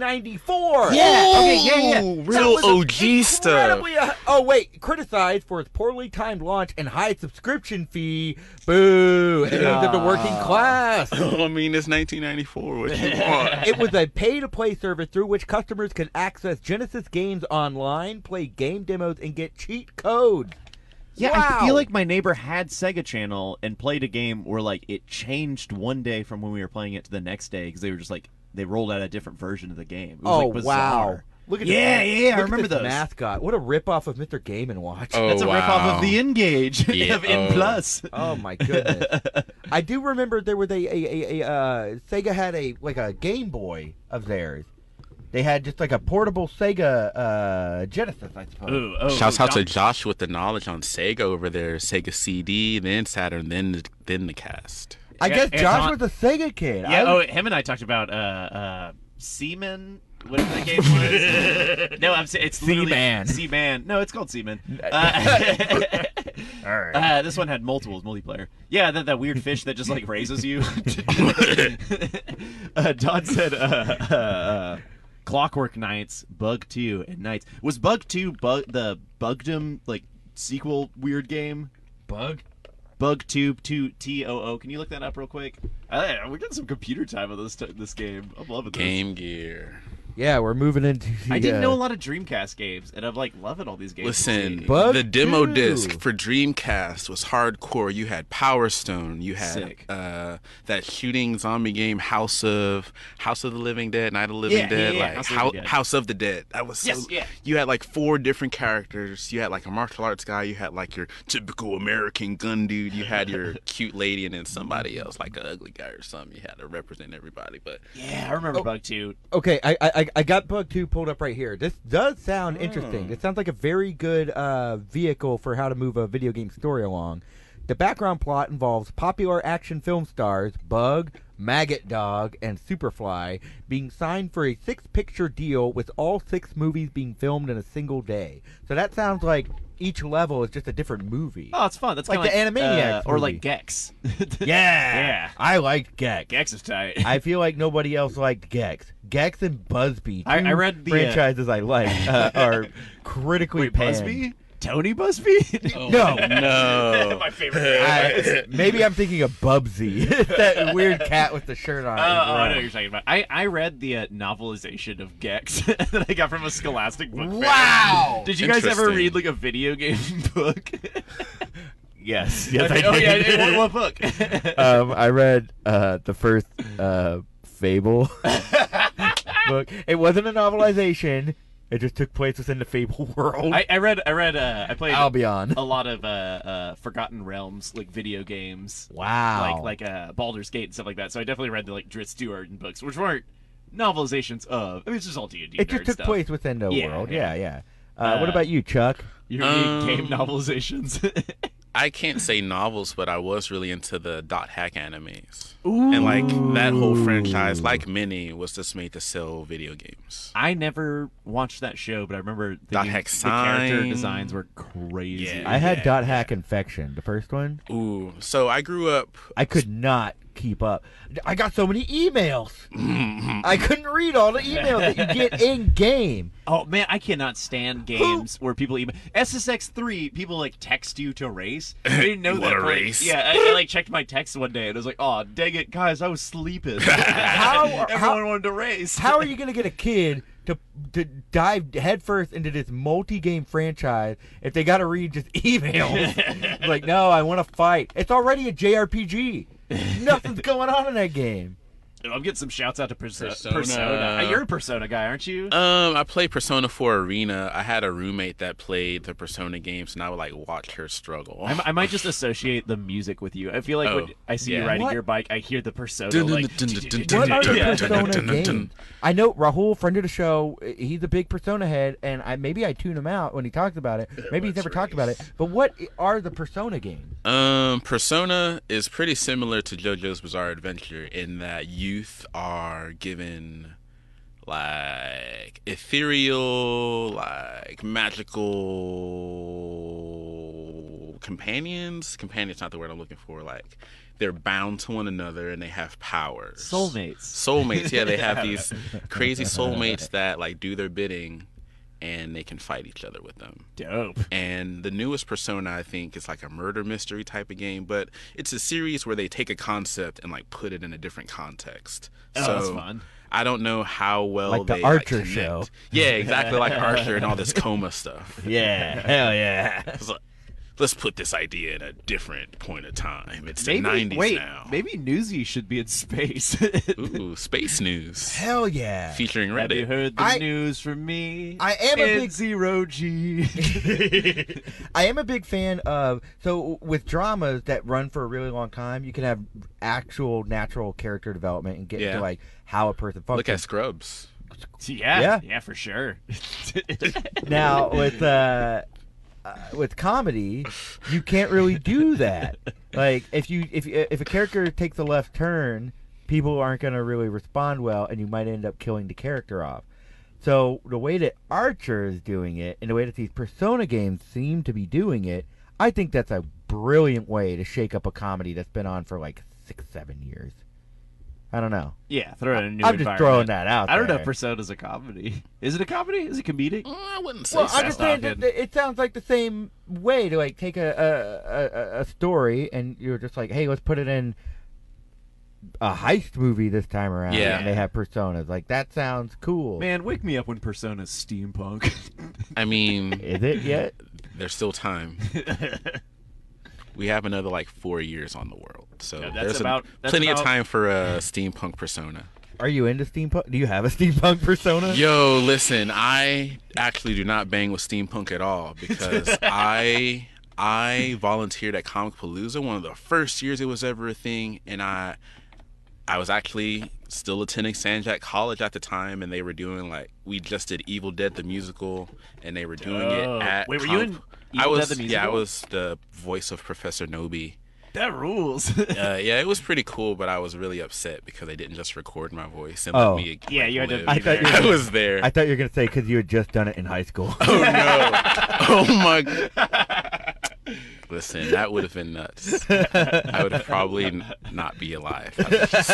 [SPEAKER 1] 1994.
[SPEAKER 2] Okay, yeah, yeah.
[SPEAKER 3] Real
[SPEAKER 1] That was
[SPEAKER 3] OG stuff.
[SPEAKER 1] incredibly- oh wait, criticized for its poorly timed launch and high subscription fee. Boo! It was of the working class.
[SPEAKER 3] I mean, it's 1994. What you want?
[SPEAKER 1] It was a pay-to-play service through which customers could access Genesis games online, play game demos, and get cheat codes.
[SPEAKER 2] Yeah, I
[SPEAKER 1] Wow.
[SPEAKER 2] feel like my neighbor had Sega Channel and played a game where like it changed one day from when we were playing it to the next day because they were just like they rolled out a different version of the game. It was,
[SPEAKER 1] Oh
[SPEAKER 2] like, bizarre.
[SPEAKER 1] wow! Look at
[SPEAKER 2] Yeah,
[SPEAKER 1] this,
[SPEAKER 2] yeah, I
[SPEAKER 1] look at
[SPEAKER 2] remember
[SPEAKER 1] this
[SPEAKER 2] those.
[SPEAKER 1] mascot. What a ripoff of Mr. Game and Watch.
[SPEAKER 3] Oh,
[SPEAKER 2] That's a
[SPEAKER 3] wow.
[SPEAKER 2] ripoff of the Engage
[SPEAKER 3] Yeah,
[SPEAKER 2] of N
[SPEAKER 3] oh.
[SPEAKER 2] Plus.
[SPEAKER 1] Oh my goodness! I do remember there was a a, a, a uh, Sega had a like a Game Boy of theirs. They had just like a portable Sega uh, Genesis, I suppose.
[SPEAKER 2] Ooh, oh,
[SPEAKER 3] Shouts
[SPEAKER 2] ooh,
[SPEAKER 3] out to
[SPEAKER 2] Dom-
[SPEAKER 3] Josh with the knowledge on Sega over there. Sega CD, then Saturn, then then the cast.
[SPEAKER 1] I
[SPEAKER 2] Yeah,
[SPEAKER 1] guess
[SPEAKER 2] it's
[SPEAKER 1] Josh
[SPEAKER 2] on-
[SPEAKER 1] was a Sega kid.
[SPEAKER 2] Yeah,
[SPEAKER 1] I
[SPEAKER 2] oh,
[SPEAKER 1] was-
[SPEAKER 2] him and I talked about uh, uh, Seaman. Whatever the game was. no, I'm saying it's
[SPEAKER 1] Seaman.
[SPEAKER 2] Seaman. No, it's called Seaman. Uh,
[SPEAKER 1] all right.
[SPEAKER 2] uh, this one had multiples multiplayer. Yeah, that, that weird fish that just like raises you. uh, Don said, uh, uh, uh, "Clockwork Nights, Bug Two, and Nights." Was Bug Two bug the Bugdom like sequel weird game?
[SPEAKER 6] Bug?
[SPEAKER 2] Bugtube two T O O. Can you look that up real quick? Hey, we're getting some computer time on this t- this game. I'm loving this.
[SPEAKER 3] Game Gear.
[SPEAKER 1] Yeah, we're moving into. The,
[SPEAKER 2] I didn't
[SPEAKER 1] uh,
[SPEAKER 2] know a lot of Dreamcast games, and I'm like loving all these games.
[SPEAKER 3] Listen,
[SPEAKER 1] Bug
[SPEAKER 3] the demo
[SPEAKER 1] two.
[SPEAKER 3] disc for Dreamcast was hardcore. You had Power Stone. You had
[SPEAKER 2] Sick.
[SPEAKER 3] uh, that shooting zombie game, House of House of the Living Dead, Night of the Living
[SPEAKER 2] Yeah, yeah,
[SPEAKER 3] Dead,
[SPEAKER 2] yeah,
[SPEAKER 3] like
[SPEAKER 2] House
[SPEAKER 3] House
[SPEAKER 2] of the
[SPEAKER 3] House of,
[SPEAKER 2] Living Dead.
[SPEAKER 3] the Dead. That was so,
[SPEAKER 2] Yes, yeah.
[SPEAKER 3] You had like four different characters. You had like a martial arts guy. You had like your typical American gun dude. You had your cute lady, and then somebody else, like an ugly guy or something. You had to represent everybody, but
[SPEAKER 2] yeah, I
[SPEAKER 1] Oh.
[SPEAKER 2] remember Bugtube.
[SPEAKER 1] Okay, I, I I- I got Bug Two pulled up right here. This does
[SPEAKER 2] Hmm.
[SPEAKER 1] sound interesting. It sounds like a very good uh, vehicle for how to move a video game story along. The background plot involves popular action film stars Bug, Maggot Dog, and Superfly being signed for a six-picture deal, with all six movies being filmed in a single day. So that sounds like each level is just a different movie.
[SPEAKER 2] Oh, it's fun. That's
[SPEAKER 1] Like
[SPEAKER 2] kinda
[SPEAKER 1] the Animaniacs
[SPEAKER 2] or like
[SPEAKER 1] movie.
[SPEAKER 2] Gex.
[SPEAKER 1] yeah,
[SPEAKER 2] Yeah.
[SPEAKER 1] I liked Gex.
[SPEAKER 2] Gex is tight.
[SPEAKER 1] I feel like nobody else liked Gex. Gex and Busby.
[SPEAKER 2] I-
[SPEAKER 1] two
[SPEAKER 2] I read the, uh,
[SPEAKER 1] franchises I like uh, are critically
[SPEAKER 2] Wait,
[SPEAKER 1] panned.
[SPEAKER 2] Busby? Tony Busby?
[SPEAKER 3] Oh,
[SPEAKER 1] No,
[SPEAKER 3] no.
[SPEAKER 2] My favorite.
[SPEAKER 1] I- maybe I'm thinking of Bubsy, It's that weird cat with the shirt on.
[SPEAKER 2] Oh, oh, I know what you're talking about. I, I read the uh, novelization of Gex that I got from a Scholastic book. fair.
[SPEAKER 1] Wow.
[SPEAKER 2] Did you guys ever
[SPEAKER 3] Interesting.
[SPEAKER 2] read like a video game book?
[SPEAKER 1] yes, yes,
[SPEAKER 2] Okay,
[SPEAKER 1] I
[SPEAKER 2] oh yeah, I
[SPEAKER 1] did.
[SPEAKER 2] did. What, what book?
[SPEAKER 1] um, I read uh, the first uh, Fable book. It wasn't a novelization. It just took place within the Fable world.
[SPEAKER 2] I, I read. I read. Uh, I played
[SPEAKER 1] Albion.
[SPEAKER 2] a lot of uh, uh, Forgotten Realms, like video games,
[SPEAKER 1] Wow.
[SPEAKER 2] like like uh, Baldur's Gate and stuff like that. So I definitely read the like Drit Stewart and books, which weren't novelizations of. I mean, it's just all D and D.
[SPEAKER 1] it just took
[SPEAKER 2] stuff.
[SPEAKER 1] place within the
[SPEAKER 2] Yeah,
[SPEAKER 1] world.
[SPEAKER 2] yeah.
[SPEAKER 1] Yeah, yeah. Uh, what
[SPEAKER 2] Uh,
[SPEAKER 1] about you, Chuck?
[SPEAKER 2] You read game
[SPEAKER 3] Um,
[SPEAKER 2] novelizations.
[SPEAKER 3] I can't say novels, but I was really into the dot hack animes. And like that whole franchise, like many, was just made to sell video games.
[SPEAKER 2] I never watched that show, but I remember
[SPEAKER 3] Dot
[SPEAKER 2] thinking
[SPEAKER 3] Hack
[SPEAKER 2] the character
[SPEAKER 3] Sign.
[SPEAKER 2] designs were crazy.
[SPEAKER 3] Yeah.
[SPEAKER 1] I had dot hack infection. The first one,
[SPEAKER 3] Ooh, so I grew up.
[SPEAKER 1] I could not keep up. I got so many emails. I couldn't read all the emails that you get in game.
[SPEAKER 2] Oh man, I cannot stand games where people even SSX three people like text you to race. I didn't know
[SPEAKER 3] You
[SPEAKER 2] that.
[SPEAKER 3] wanna
[SPEAKER 2] like,
[SPEAKER 3] race?
[SPEAKER 2] Yeah, I, I like checked my text one day and I was like, oh dang it, guys, I was sleeping.
[SPEAKER 1] How-
[SPEAKER 2] everyone
[SPEAKER 1] how-
[SPEAKER 2] wanted to race?
[SPEAKER 1] How are you going to get a kid to to dive headfirst into this multi-game franchise if they got to read just emails? like, no, I want to fight. It's already a JRPG. Nothing's going on in that game.
[SPEAKER 2] I'm getting some shouts out to Perso-
[SPEAKER 3] Persona.
[SPEAKER 2] Persona. Uh, You're a Persona guy, aren't you?
[SPEAKER 3] Um, I played Persona 4 Arena. I had a roommate that played the Persona games, and I would like watch her struggle.
[SPEAKER 2] I, I might just associate the music with you. I feel like when
[SPEAKER 3] Oh,
[SPEAKER 2] I see you
[SPEAKER 3] yeah.
[SPEAKER 2] riding
[SPEAKER 1] What?
[SPEAKER 2] your bike, I hear the Persona.
[SPEAKER 3] Dun, dun,
[SPEAKER 2] like,
[SPEAKER 3] dun, dun, dun,
[SPEAKER 1] What are
[SPEAKER 3] Dun,
[SPEAKER 1] the
[SPEAKER 3] dun,
[SPEAKER 1] Persona
[SPEAKER 3] dun, dun, dun.
[SPEAKER 1] games? I know Rahul, friend of the show, uh, he's a big Persona head, and I maybe I tune him out when he talks about it. Maybe he's never talked about it. But what i- are the Persona games?
[SPEAKER 3] Um, Persona is pretty similar to JoJo's Bizarre Adventure in that youth are given like ethereal, like magical companions. Companion's not the word I'm looking for. Like they're bound to one another and they have powers.
[SPEAKER 2] Soulmates.
[SPEAKER 3] Soulmates, yeah, they have these crazy soulmates that like do their bidding and they can fight each other with them
[SPEAKER 2] Dope.
[SPEAKER 3] and the newest persona i think is like a murder mystery type of game but it's a series where they take a concept and like put it in a different context
[SPEAKER 2] Oh,
[SPEAKER 3] so
[SPEAKER 2] that's fun.
[SPEAKER 3] i don't know how well
[SPEAKER 1] Like the
[SPEAKER 3] they,
[SPEAKER 1] Archer
[SPEAKER 3] connect.
[SPEAKER 1] show.
[SPEAKER 3] yeah exactly like archer and all this coma stuff
[SPEAKER 1] Yeah, hell yeah.
[SPEAKER 3] It's like, let's put this idea in a different point of time it's
[SPEAKER 2] Maybe
[SPEAKER 3] the 90s
[SPEAKER 2] wait,
[SPEAKER 3] now
[SPEAKER 2] maybe Newsy should be in space.
[SPEAKER 3] ooh space news
[SPEAKER 1] Hell yeah.
[SPEAKER 3] featuring
[SPEAKER 2] Have you
[SPEAKER 3] reddit
[SPEAKER 2] heard the
[SPEAKER 1] I-
[SPEAKER 2] news from me?
[SPEAKER 1] I am a
[SPEAKER 2] In
[SPEAKER 1] big-
[SPEAKER 2] zero G.
[SPEAKER 1] I am a big fan of so with dramas that run for a really long time, you can have actual natural character development and get
[SPEAKER 3] Yeah.
[SPEAKER 1] into like how a person
[SPEAKER 3] look at
[SPEAKER 1] functions.
[SPEAKER 3] scrubs
[SPEAKER 2] yeah,
[SPEAKER 1] Yeah.
[SPEAKER 2] yeah, for sure.
[SPEAKER 1] now with uh, uh, with comedy, you can't really do that. Like if you if if a character takes a left turn, people aren't going to really respond well, and you might end up killing the character off. So the way that Archer is doing it, and the way that these Persona games seem to be doing it, I think that's a brilliant way to shake up a comedy that's been on for like six seven years. I don't know.
[SPEAKER 2] Yeah, throw in a new
[SPEAKER 1] I'm just
[SPEAKER 2] environment.
[SPEAKER 1] throwing that out.
[SPEAKER 2] I don't know
[SPEAKER 1] there.
[SPEAKER 2] if Persona's a comedy. Is it a comedy? Is it comedic?
[SPEAKER 3] Mm, I wouldn't say
[SPEAKER 1] Well,
[SPEAKER 3] so.
[SPEAKER 1] I'm just saying that
[SPEAKER 2] Sassafras.
[SPEAKER 1] that it sounds like the same way to like take a a, a- a, a story and you're just like, hey, let's put it in a heist movie this time around.
[SPEAKER 3] Yeah.
[SPEAKER 1] and they have personas. Like that sounds cool.
[SPEAKER 2] Man, wake me up when Persona's steampunk.
[SPEAKER 3] I mean,
[SPEAKER 1] Is it yet?
[SPEAKER 3] there's still time. We have another like four years on the world, so
[SPEAKER 2] Yeah, that's
[SPEAKER 3] there's a-
[SPEAKER 2] about- that's
[SPEAKER 3] plenty
[SPEAKER 2] about-
[SPEAKER 3] of time for a steampunk persona.
[SPEAKER 1] Are you into steampunk? Do you have a steampunk persona?
[SPEAKER 3] Yo, listen, I actually do not bang with steampunk at all because I I volunteered at Comic Palooza one of the first years it was ever a thing, and I I was actually still attending San Jack College at the time, and they were doing like we just did Evil Dead the musical, and they were doing
[SPEAKER 2] Dope.
[SPEAKER 3] it at.
[SPEAKER 2] Oh. Wait, were you
[SPEAKER 3] Comic-
[SPEAKER 2] in
[SPEAKER 3] I
[SPEAKER 2] Evil Dead
[SPEAKER 3] was
[SPEAKER 2] the
[SPEAKER 3] yeah, I
[SPEAKER 2] musical?
[SPEAKER 3] was the voice of Professor Nobi.
[SPEAKER 2] that rules.
[SPEAKER 3] Uh, yeah, it was pretty cool, but I was really upset because they didn't just record my voice and
[SPEAKER 1] Oh.
[SPEAKER 3] let me.
[SPEAKER 2] Yeah,
[SPEAKER 3] like,
[SPEAKER 2] you had to
[SPEAKER 3] live.
[SPEAKER 2] be I
[SPEAKER 1] thought there.
[SPEAKER 3] I
[SPEAKER 1] you-
[SPEAKER 3] was there.
[SPEAKER 1] I thought you were gonna say because you had just done it in high school.
[SPEAKER 3] Oh no! oh my! g- Listen, that would have been nuts. I would have probably n- not be alive. I would just-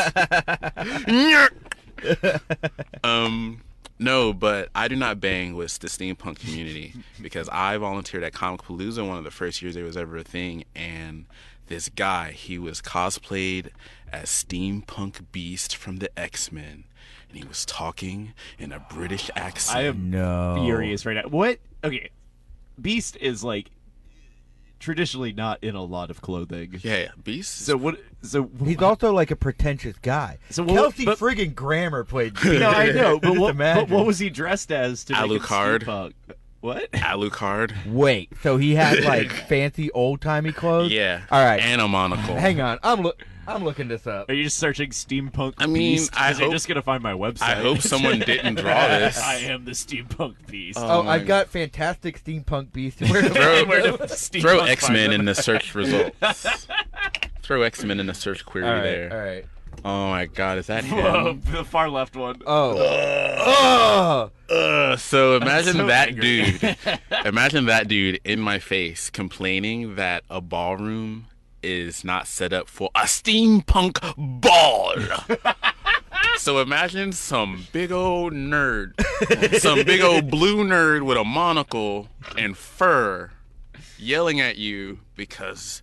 [SPEAKER 3] Nyark! um, no, but I do not bang with the steampunk community because I volunteered at Comic Palooza one of the first years there was ever a thing, and this guy he was cosplayed as steampunk beast from the X Men. And he was talking in a British accent.
[SPEAKER 2] I am
[SPEAKER 1] no.
[SPEAKER 2] furious right now. What? Okay, Beast is like traditionally not in a lot of clothing.
[SPEAKER 3] Yeah, Beast.
[SPEAKER 2] So what? So
[SPEAKER 1] He's also like a pretentious guy.
[SPEAKER 2] So
[SPEAKER 1] So
[SPEAKER 2] what-
[SPEAKER 1] Kelsey
[SPEAKER 2] but-
[SPEAKER 1] friggin' Grammer played.
[SPEAKER 2] no, I know, but
[SPEAKER 1] Just
[SPEAKER 2] what, but
[SPEAKER 1] imagine.
[SPEAKER 2] what was he dressed as to make him
[SPEAKER 3] Alucard.
[SPEAKER 2] steampunk? What?
[SPEAKER 3] Alucard.
[SPEAKER 1] Wait, so he had like fancy old timey clothes?
[SPEAKER 3] Yeah.
[SPEAKER 1] All right.
[SPEAKER 3] And a monocle.
[SPEAKER 1] Hang on, I'm look. I'm looking this up.
[SPEAKER 2] Are you just searching steampunk?
[SPEAKER 3] I mean,
[SPEAKER 2] beast?
[SPEAKER 3] I
[SPEAKER 2] 'Cause you're
[SPEAKER 3] hope-
[SPEAKER 2] just gonna find my website.
[SPEAKER 3] I hope someone didn't draw this.
[SPEAKER 2] I am the steampunk beast.
[SPEAKER 3] Oh,
[SPEAKER 1] Oh,
[SPEAKER 3] my
[SPEAKER 1] I've got fantastic steampunk beast. Where the
[SPEAKER 3] Bro.
[SPEAKER 1] where the-
[SPEAKER 3] Throw X Men in the search results. Throw X Men in the search query
[SPEAKER 1] all right,
[SPEAKER 3] there.
[SPEAKER 1] all right.
[SPEAKER 3] Oh my God, is that
[SPEAKER 2] Whoa,
[SPEAKER 3] him?
[SPEAKER 2] the far left one.
[SPEAKER 1] Oh, oh,
[SPEAKER 3] Ugh, uh, so imagine
[SPEAKER 2] so
[SPEAKER 3] that
[SPEAKER 2] angry.
[SPEAKER 3] dude. imagine that dude in my face complaining that a ballroom is not set up for a steampunk ball. so imagine some big old nerd, some big old blue nerd with a monocle and fur yelling at you because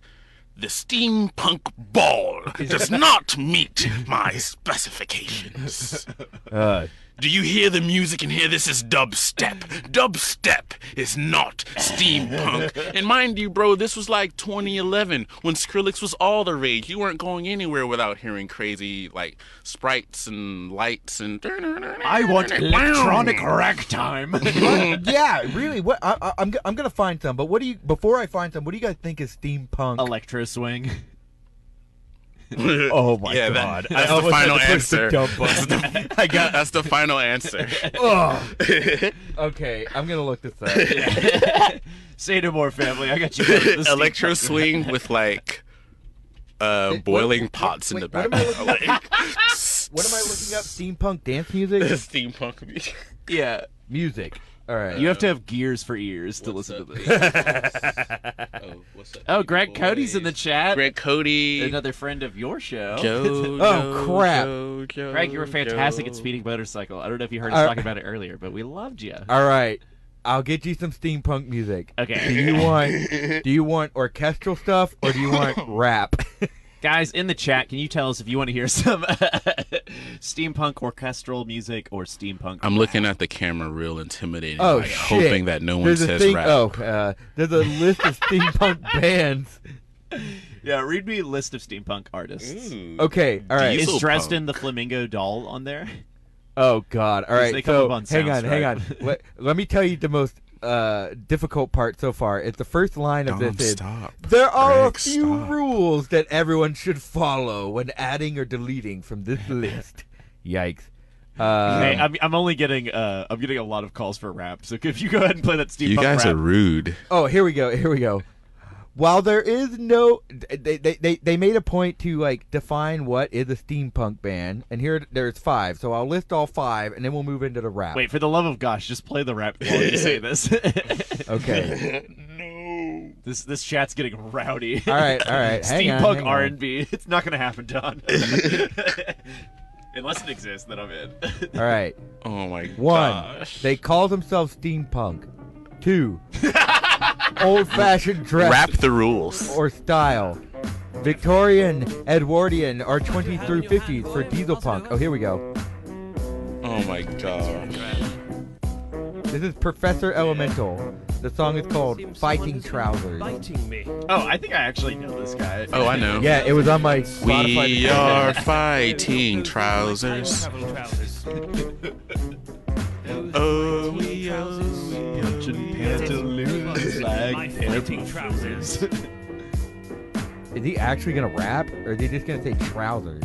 [SPEAKER 3] the steampunk ball does not meet my specifications.
[SPEAKER 1] Uh,
[SPEAKER 3] Do you hear the music in here? This is dubstep. Dubstep is not steampunk. and mind you, bro, this was like 2011 when Skrillex was all the rage. You weren't going anywhere without hearing crazy like sprites and lights and.
[SPEAKER 2] I want electronic ragtime.
[SPEAKER 1] yeah, really. What I, I, I'm, go- I'm gonna find some. But what do you? Before I find some, what do you guys think is steampunk?
[SPEAKER 2] Electro swing.
[SPEAKER 1] Oh my
[SPEAKER 3] yeah,
[SPEAKER 1] god!
[SPEAKER 3] that-
[SPEAKER 1] I
[SPEAKER 3] that's the
[SPEAKER 1] almost had
[SPEAKER 3] final
[SPEAKER 1] to push the
[SPEAKER 3] answer.
[SPEAKER 1] dump
[SPEAKER 3] That's
[SPEAKER 1] button.
[SPEAKER 3] the,
[SPEAKER 1] I got.
[SPEAKER 3] that's the final answer.
[SPEAKER 1] Ugh. okay, I'm gonna look this up.
[SPEAKER 2] Say no more, family. I got you. covered with the
[SPEAKER 3] Electro
[SPEAKER 2] steampunk.
[SPEAKER 3] swing with like uh,
[SPEAKER 1] Wait,
[SPEAKER 3] boiling
[SPEAKER 1] what-
[SPEAKER 3] pots in
[SPEAKER 1] wait,
[SPEAKER 3] the
[SPEAKER 1] what am
[SPEAKER 3] back.
[SPEAKER 1] I looking up? What am I looking up? Steampunk dance music.
[SPEAKER 3] steampunk music.
[SPEAKER 2] Yeah,
[SPEAKER 1] music. All right.
[SPEAKER 2] you have to have gears for ears to listen to this.
[SPEAKER 3] Oh, what's up?
[SPEAKER 2] Oh, Greg Cody's in the chat.
[SPEAKER 3] Greg Cody.
[SPEAKER 2] Another friend of your show.
[SPEAKER 3] Joe,
[SPEAKER 1] Oh,
[SPEAKER 3] Joe,
[SPEAKER 1] crap.
[SPEAKER 3] Joe, Joe,
[SPEAKER 2] Greg, you were fantastic at
[SPEAKER 3] Joe.
[SPEAKER 2] speeding motorcycle. I don't know if you heard us
[SPEAKER 1] Uh,
[SPEAKER 2] talking about it earlier, but we loved you.
[SPEAKER 1] All right. I'll get you some steampunk music. Do
[SPEAKER 2] Okay,
[SPEAKER 1] you want do you want orchestral stuff or do you want rap?
[SPEAKER 2] guys in the chat, can you tell us if you want to hear some steampunk orchestral music or steampunk?
[SPEAKER 3] I'm looking at the camera real intimidating,
[SPEAKER 1] Oh,
[SPEAKER 3] like,
[SPEAKER 1] shit.
[SPEAKER 3] hoping that no one
[SPEAKER 1] there's a
[SPEAKER 3] says
[SPEAKER 1] thing.
[SPEAKER 3] rap.
[SPEAKER 1] Oh, uh, there's a list of steampunk bands.
[SPEAKER 2] yeah, read me a list of steampunk artists.
[SPEAKER 1] Okay. All right.
[SPEAKER 3] Diesel.
[SPEAKER 2] Is
[SPEAKER 3] Dieselpunk.
[SPEAKER 2] Dresden the Flamingo doll on there?
[SPEAKER 1] Oh God. All right.
[SPEAKER 2] they come
[SPEAKER 1] so
[SPEAKER 2] up on
[SPEAKER 1] hang on, hang on.
[SPEAKER 2] Soundstripe.
[SPEAKER 1] Let, let me tell you the most uh, difficult part so far. It's the first line of
[SPEAKER 3] Dom,
[SPEAKER 1] this. is,
[SPEAKER 3] stop.
[SPEAKER 1] There are
[SPEAKER 3] Greg,
[SPEAKER 1] a few
[SPEAKER 3] stop.
[SPEAKER 1] rules that everyone should follow when adding or deleting from this list. Yikes. Uh,
[SPEAKER 2] hey, I'm, I'm only getting uh, I'm getting a lot of calls for rap. So if you go ahead and play that steampunk
[SPEAKER 3] You guys
[SPEAKER 2] rap,
[SPEAKER 3] are rude.
[SPEAKER 1] Oh, here we go. Here we go. While there is no, they, they, they, they made a point to like define what is a steampunk band, and here there's five. So I'll list all five, and then we'll move into the rap.
[SPEAKER 2] Wait, for the love of gosh, just play the rap while you say this.
[SPEAKER 1] Okay.
[SPEAKER 2] this this chat's getting rowdy.
[SPEAKER 1] all right. All right. Hang on,
[SPEAKER 2] Steampunk
[SPEAKER 1] hang on.
[SPEAKER 2] R and B. It's not gonna happen, Don. Unless it exists, then I'm in.
[SPEAKER 1] All right.
[SPEAKER 3] Oh my
[SPEAKER 1] One,
[SPEAKER 3] gosh.
[SPEAKER 1] they call themselves steampunk. Two, old fashioned dress
[SPEAKER 3] Wrap the rules.
[SPEAKER 1] or style. Victorian, Edwardian, or 20 through 50s for diesel punk. Oh, here we go.
[SPEAKER 3] Oh my gosh.
[SPEAKER 1] This is Professor Elemental. The song is called Fighting Trousers.
[SPEAKER 2] oh, I think I actually know this guy.
[SPEAKER 3] Oh, I know.
[SPEAKER 1] Yeah, it was on my Spotify.
[SPEAKER 3] We are fighting trousers. Oh, we are. Oh,
[SPEAKER 2] trousers.
[SPEAKER 1] Is he actually gonna rap, or is he just gonna say trousers?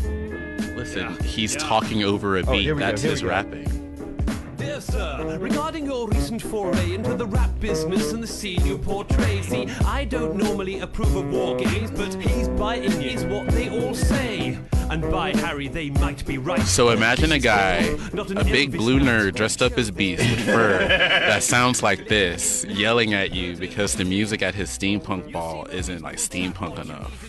[SPEAKER 3] Listen, he's talking over a beat.
[SPEAKER 1] Oh, here we go,
[SPEAKER 3] That's
[SPEAKER 1] here
[SPEAKER 3] his
[SPEAKER 1] we go.
[SPEAKER 3] rapping.
[SPEAKER 6] Dear sir, regarding your recent foray into the rap business and the scene you portray, see, I don't normally approve of war games, but he's biting is what they all say. And by Harry, they might be right.
[SPEAKER 3] So imagine a guy,
[SPEAKER 6] Not an
[SPEAKER 3] a big
[SPEAKER 6] Elvis
[SPEAKER 3] blue
[SPEAKER 6] man.
[SPEAKER 3] nerd dressed up as Beast with fur that sounds like this, yelling at you because the music at his steampunk ball isn't like steampunk enough.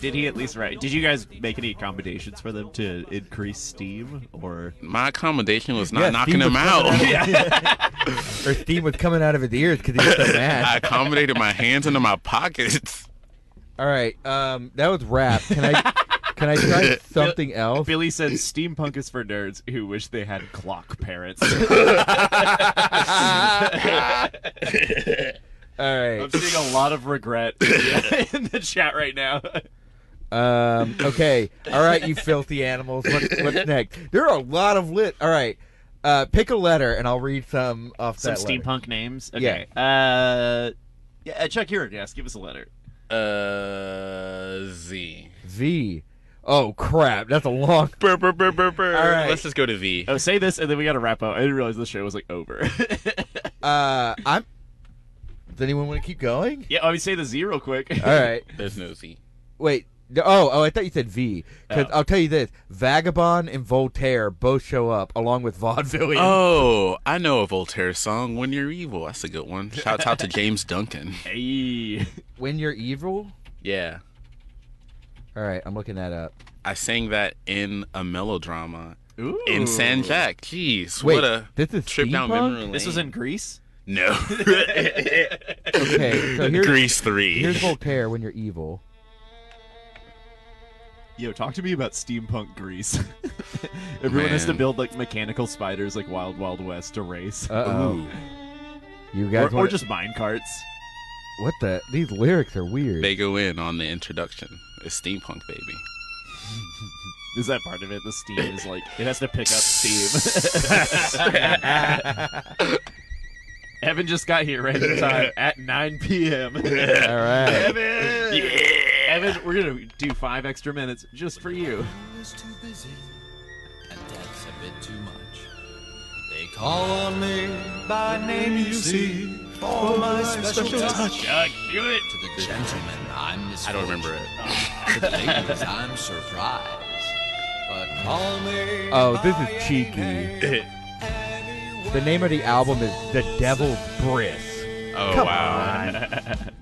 [SPEAKER 2] Did he at least write? Did you guys make any accommodations for them to increase steam or?
[SPEAKER 3] My accommodation was not
[SPEAKER 1] Yeah,
[SPEAKER 3] knocking
[SPEAKER 1] Steve
[SPEAKER 3] him
[SPEAKER 1] was
[SPEAKER 3] out.
[SPEAKER 1] Or steam was coming out of his ears because he was so
[SPEAKER 3] I
[SPEAKER 1] mad.
[SPEAKER 3] accommodated my hands into my pockets.
[SPEAKER 1] All right, um, that was rap. Can I can I try something else?
[SPEAKER 2] Billy said steampunk is for nerds who wish they had clock parents.
[SPEAKER 1] All right.
[SPEAKER 2] I'm seeing a lot of regret in the, in the chat right now.
[SPEAKER 1] Um, okay. All right, you filthy animals. What's, what's next? There are a lot of lit. All right. Uh, pick a letter, and I'll read some off
[SPEAKER 2] Some
[SPEAKER 1] that letter.
[SPEAKER 2] steampunk names. Okay. Uh, yeah, Chuck, you're a guest. Give us a letter.
[SPEAKER 3] Uh, Z.
[SPEAKER 1] V. Oh crap, that's a long.
[SPEAKER 3] Burr, burr, burr, burr, burr.
[SPEAKER 1] All right.
[SPEAKER 3] Let's just go to V.
[SPEAKER 2] Oh, say this, and then we got to wrap up. I didn't realize the show was like over.
[SPEAKER 1] Uh, I'm. Does anyone want to keep going?
[SPEAKER 2] yeah, I mean, say the Z real quick.
[SPEAKER 1] All right.
[SPEAKER 3] There's no Z.
[SPEAKER 1] Wait. no- Oh, oh, I thought you said V. Because
[SPEAKER 2] Oh.
[SPEAKER 1] I'll tell you this: Vagabond and Voltaire both show up along with Vaudevillian.
[SPEAKER 3] Oh, I know a Voltaire song, When You're Evil. That's a good one. Shouts out to James Duncan.
[SPEAKER 2] Hey.
[SPEAKER 1] When you're evil.
[SPEAKER 3] Yeah.
[SPEAKER 1] All right, I'm looking that up.
[SPEAKER 3] I sang that in a melodrama
[SPEAKER 2] Ooh.
[SPEAKER 3] in San Jack. Jeez,
[SPEAKER 1] Wait,
[SPEAKER 3] what a
[SPEAKER 1] this is
[SPEAKER 3] trip down
[SPEAKER 1] steampunk?
[SPEAKER 3] memory lane.
[SPEAKER 2] This was in Greece?
[SPEAKER 3] No.
[SPEAKER 1] Okay, so here's
[SPEAKER 3] Grease 3.
[SPEAKER 1] here's Voltaire. When you're evil.
[SPEAKER 2] Yo, talk to me about steampunk Greece. Everyone has to
[SPEAKER 3] Man.
[SPEAKER 2] build like mechanical spiders like Wild Wild West to race.
[SPEAKER 1] Uh oh.
[SPEAKER 3] Ooh.
[SPEAKER 1] You
[SPEAKER 2] or,
[SPEAKER 1] guys
[SPEAKER 2] or
[SPEAKER 1] wanna-
[SPEAKER 2] just mine carts.
[SPEAKER 1] What the? These lyrics are weird.
[SPEAKER 3] They go in on the introduction. It's steampunk, baby.
[SPEAKER 2] Is that part of it? The steam is like it has to pick up steam. Evan just got here right in time at 9 p.m. Evan,
[SPEAKER 1] All right.
[SPEAKER 2] Evan, we're gonna do five extra minutes just for you.
[SPEAKER 7] was too busy, and that's a bit too much. They call on me by name, you see, for my special touch.
[SPEAKER 2] Chuck, Uh, do it.
[SPEAKER 7] To the gentlemen, I'm
[SPEAKER 3] I don't remember it.
[SPEAKER 7] To the ladies, I'm surprised. But call me.
[SPEAKER 1] Oh, this
[SPEAKER 7] by
[SPEAKER 1] is
[SPEAKER 7] any
[SPEAKER 1] cheeky.
[SPEAKER 7] name.
[SPEAKER 1] The name of the album is The Devil's Briss.
[SPEAKER 3] Oh, wow.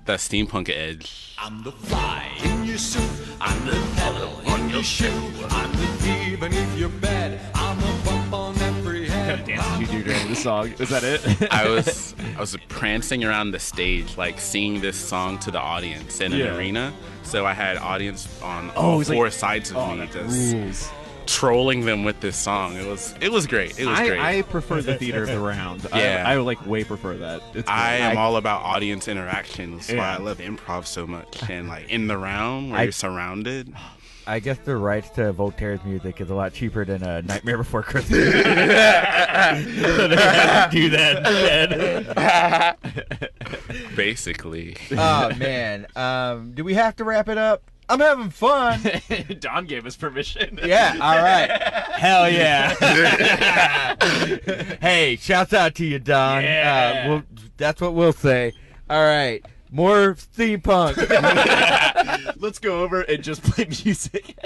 [SPEAKER 3] That steampunk edge.
[SPEAKER 7] I'm the fly in your suit. I'm the fellow on your shoe. I'm the bee beneath your bed. I'm the bump on every head.
[SPEAKER 2] Dance that you do during the song. Is that it?
[SPEAKER 3] I was I was prancing around the stage, like singing this song to the audience in an
[SPEAKER 2] Yeah.
[SPEAKER 3] arena. So I had audience on
[SPEAKER 2] Oh,
[SPEAKER 3] all
[SPEAKER 2] it's like-
[SPEAKER 3] four sides of
[SPEAKER 2] Oh,
[SPEAKER 3] me,
[SPEAKER 2] that
[SPEAKER 3] just
[SPEAKER 2] rules.
[SPEAKER 3] trolling them with this song. It was it was great. It was great.
[SPEAKER 2] I, I
[SPEAKER 3] I,
[SPEAKER 2] prefer the theater of the round.
[SPEAKER 3] Yeah.
[SPEAKER 2] I, I like way prefer that. It's
[SPEAKER 3] am
[SPEAKER 2] great.
[SPEAKER 3] all about audience interaction. That's why
[SPEAKER 2] Yeah.
[SPEAKER 3] I love improv so much. And like in the round where
[SPEAKER 1] I-
[SPEAKER 3] you're surrounded.
[SPEAKER 1] I guess the rights to Voltaire's music is a lot cheaper than uh, Nightmare Before Christmas.
[SPEAKER 2] do that.
[SPEAKER 3] Basically.
[SPEAKER 1] oh man, um, do we have to wrap it up? I'm having fun.
[SPEAKER 2] Don gave us permission.
[SPEAKER 1] Yeah. All right. Hell yeah. hey, shouts out to you, Don.
[SPEAKER 2] Yeah.
[SPEAKER 1] Uh, we'll, that's what we'll say. All right. More steampunk.
[SPEAKER 2] Let's go over and just play music.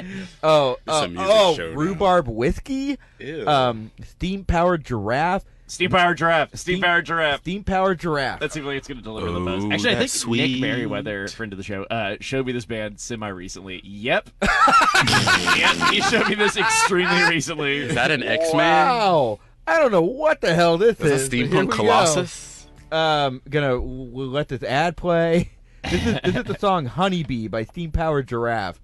[SPEAKER 1] oh,
[SPEAKER 3] It's a
[SPEAKER 1] uh,
[SPEAKER 3] music
[SPEAKER 1] oh,
[SPEAKER 3] showdown.
[SPEAKER 1] rhubarb whiskey.
[SPEAKER 3] Ew.
[SPEAKER 1] um, steam powered giraffe,
[SPEAKER 8] Steam powered giraffe. Steam powered giraffe.
[SPEAKER 1] Steam powered giraffe.
[SPEAKER 8] That seems like it's going to deliver the
[SPEAKER 3] Ooh,
[SPEAKER 8] most. Actually, I think
[SPEAKER 3] that's
[SPEAKER 8] Nick
[SPEAKER 3] sweet.
[SPEAKER 8] Merriweather, friend of the show, uh, showed me this band semi recently. Yep. yep. He showed me this extremely recently.
[SPEAKER 3] Is that an X Man?
[SPEAKER 1] wow. I don't know what the hell this
[SPEAKER 3] Is
[SPEAKER 1] is. but
[SPEAKER 3] that
[SPEAKER 1] here we
[SPEAKER 3] Steampunk
[SPEAKER 1] go.
[SPEAKER 3] Colossus?
[SPEAKER 1] Um, gonna w- we'll let this ad play. This is this is the song "Honeybee" by Steam Powered Giraffe.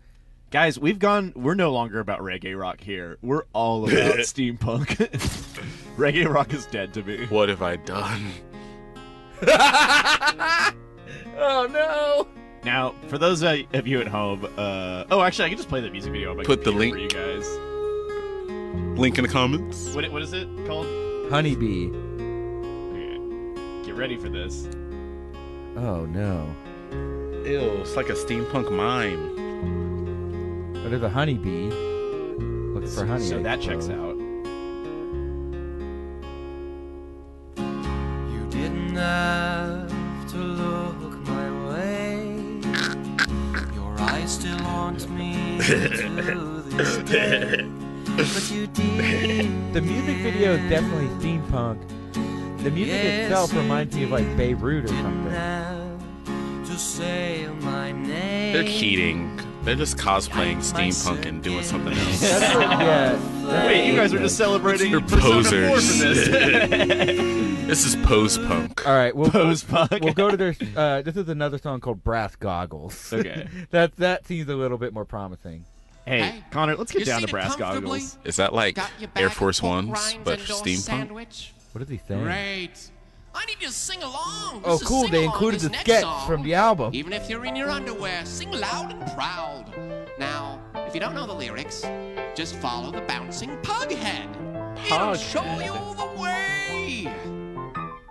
[SPEAKER 2] Guys, we've gone. We're no longer about reggae rock here. We're all about steampunk. reggae rock is dead to me.
[SPEAKER 3] What have I done?
[SPEAKER 1] Oh no!
[SPEAKER 2] Now, for those uh, of you at home, uh, oh, actually, I can just play the music video. On my
[SPEAKER 3] Put the
[SPEAKER 2] computer for you guys.
[SPEAKER 3] Link in the comments.
[SPEAKER 2] What, what is it called?
[SPEAKER 1] "Honeybee."
[SPEAKER 2] Get ready for this.
[SPEAKER 1] Oh no!
[SPEAKER 3] Ew, it's like a steampunk mime.
[SPEAKER 1] But Oh, there's a honeybee looking for honey.
[SPEAKER 2] so
[SPEAKER 1] I
[SPEAKER 2] that checks
[SPEAKER 1] suppose.
[SPEAKER 2] out.
[SPEAKER 7] You didn't have to look my way. Your eyes still haunt me to this day. But you did.
[SPEAKER 1] The music video is definitely steampunk. The music
[SPEAKER 7] Yes,
[SPEAKER 1] itself reminds me of like Beirut or
[SPEAKER 7] Didn't
[SPEAKER 1] something.
[SPEAKER 7] have to say my name.
[SPEAKER 3] They're cheating. They're just cosplaying steampunk and doing something else.
[SPEAKER 1] That's what- yeah. that's
[SPEAKER 2] Wait, you
[SPEAKER 1] what
[SPEAKER 2] guys
[SPEAKER 1] it
[SPEAKER 2] are
[SPEAKER 1] is.
[SPEAKER 2] just celebrating
[SPEAKER 3] You're
[SPEAKER 2] Persona 4 for
[SPEAKER 3] posers.
[SPEAKER 2] this.
[SPEAKER 3] this is pose punk.
[SPEAKER 1] All right, we'll
[SPEAKER 2] Pose punk.
[SPEAKER 1] we'll go to their. Uh, this is another song called Brass Goggles.
[SPEAKER 2] Okay.
[SPEAKER 1] that that seems a little bit more promising.
[SPEAKER 2] Hey,
[SPEAKER 9] Hey,
[SPEAKER 2] Connor, let's get
[SPEAKER 9] you
[SPEAKER 2] down to
[SPEAKER 9] seated
[SPEAKER 2] brass
[SPEAKER 9] comfortably?
[SPEAKER 2] goggles.
[SPEAKER 3] Is that like
[SPEAKER 9] Got your
[SPEAKER 3] Air
[SPEAKER 9] bag of
[SPEAKER 3] Force
[SPEAKER 9] pork
[SPEAKER 3] Ones,
[SPEAKER 9] rinds
[SPEAKER 3] but
[SPEAKER 9] and your
[SPEAKER 3] steampunk?
[SPEAKER 9] Sandwich?
[SPEAKER 1] What is he saying?
[SPEAKER 9] Great. I need you to sing along.
[SPEAKER 1] Oh,
[SPEAKER 9] This is
[SPEAKER 1] cool. They
[SPEAKER 9] sing-along,
[SPEAKER 1] included
[SPEAKER 9] this
[SPEAKER 1] the
[SPEAKER 9] next
[SPEAKER 1] sketch
[SPEAKER 9] song.
[SPEAKER 1] from the album.
[SPEAKER 9] Even if you're in your underwear, sing loud and proud. Now, if you don't know the lyrics, just follow the bouncing pug head. It'll show you the way.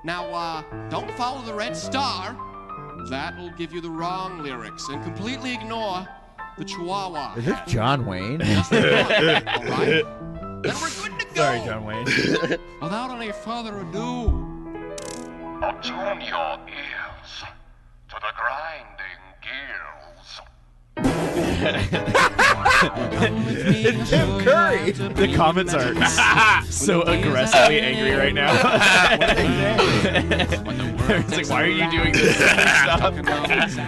[SPEAKER 9] Now, uh, don't follow the red star. That will give you the wrong lyrics. And completely ignore the chihuahua.
[SPEAKER 1] Is this John Wayne?
[SPEAKER 9] Just the one, all right? Then we're good to go.
[SPEAKER 8] Sorry, John Wayne.
[SPEAKER 9] Without any further ado,
[SPEAKER 10] Attune your ears to the grinding gears.
[SPEAKER 9] It's Tim Curry.
[SPEAKER 8] The comments are so aggressively angry right now. it's like, why are you doing this? Stop.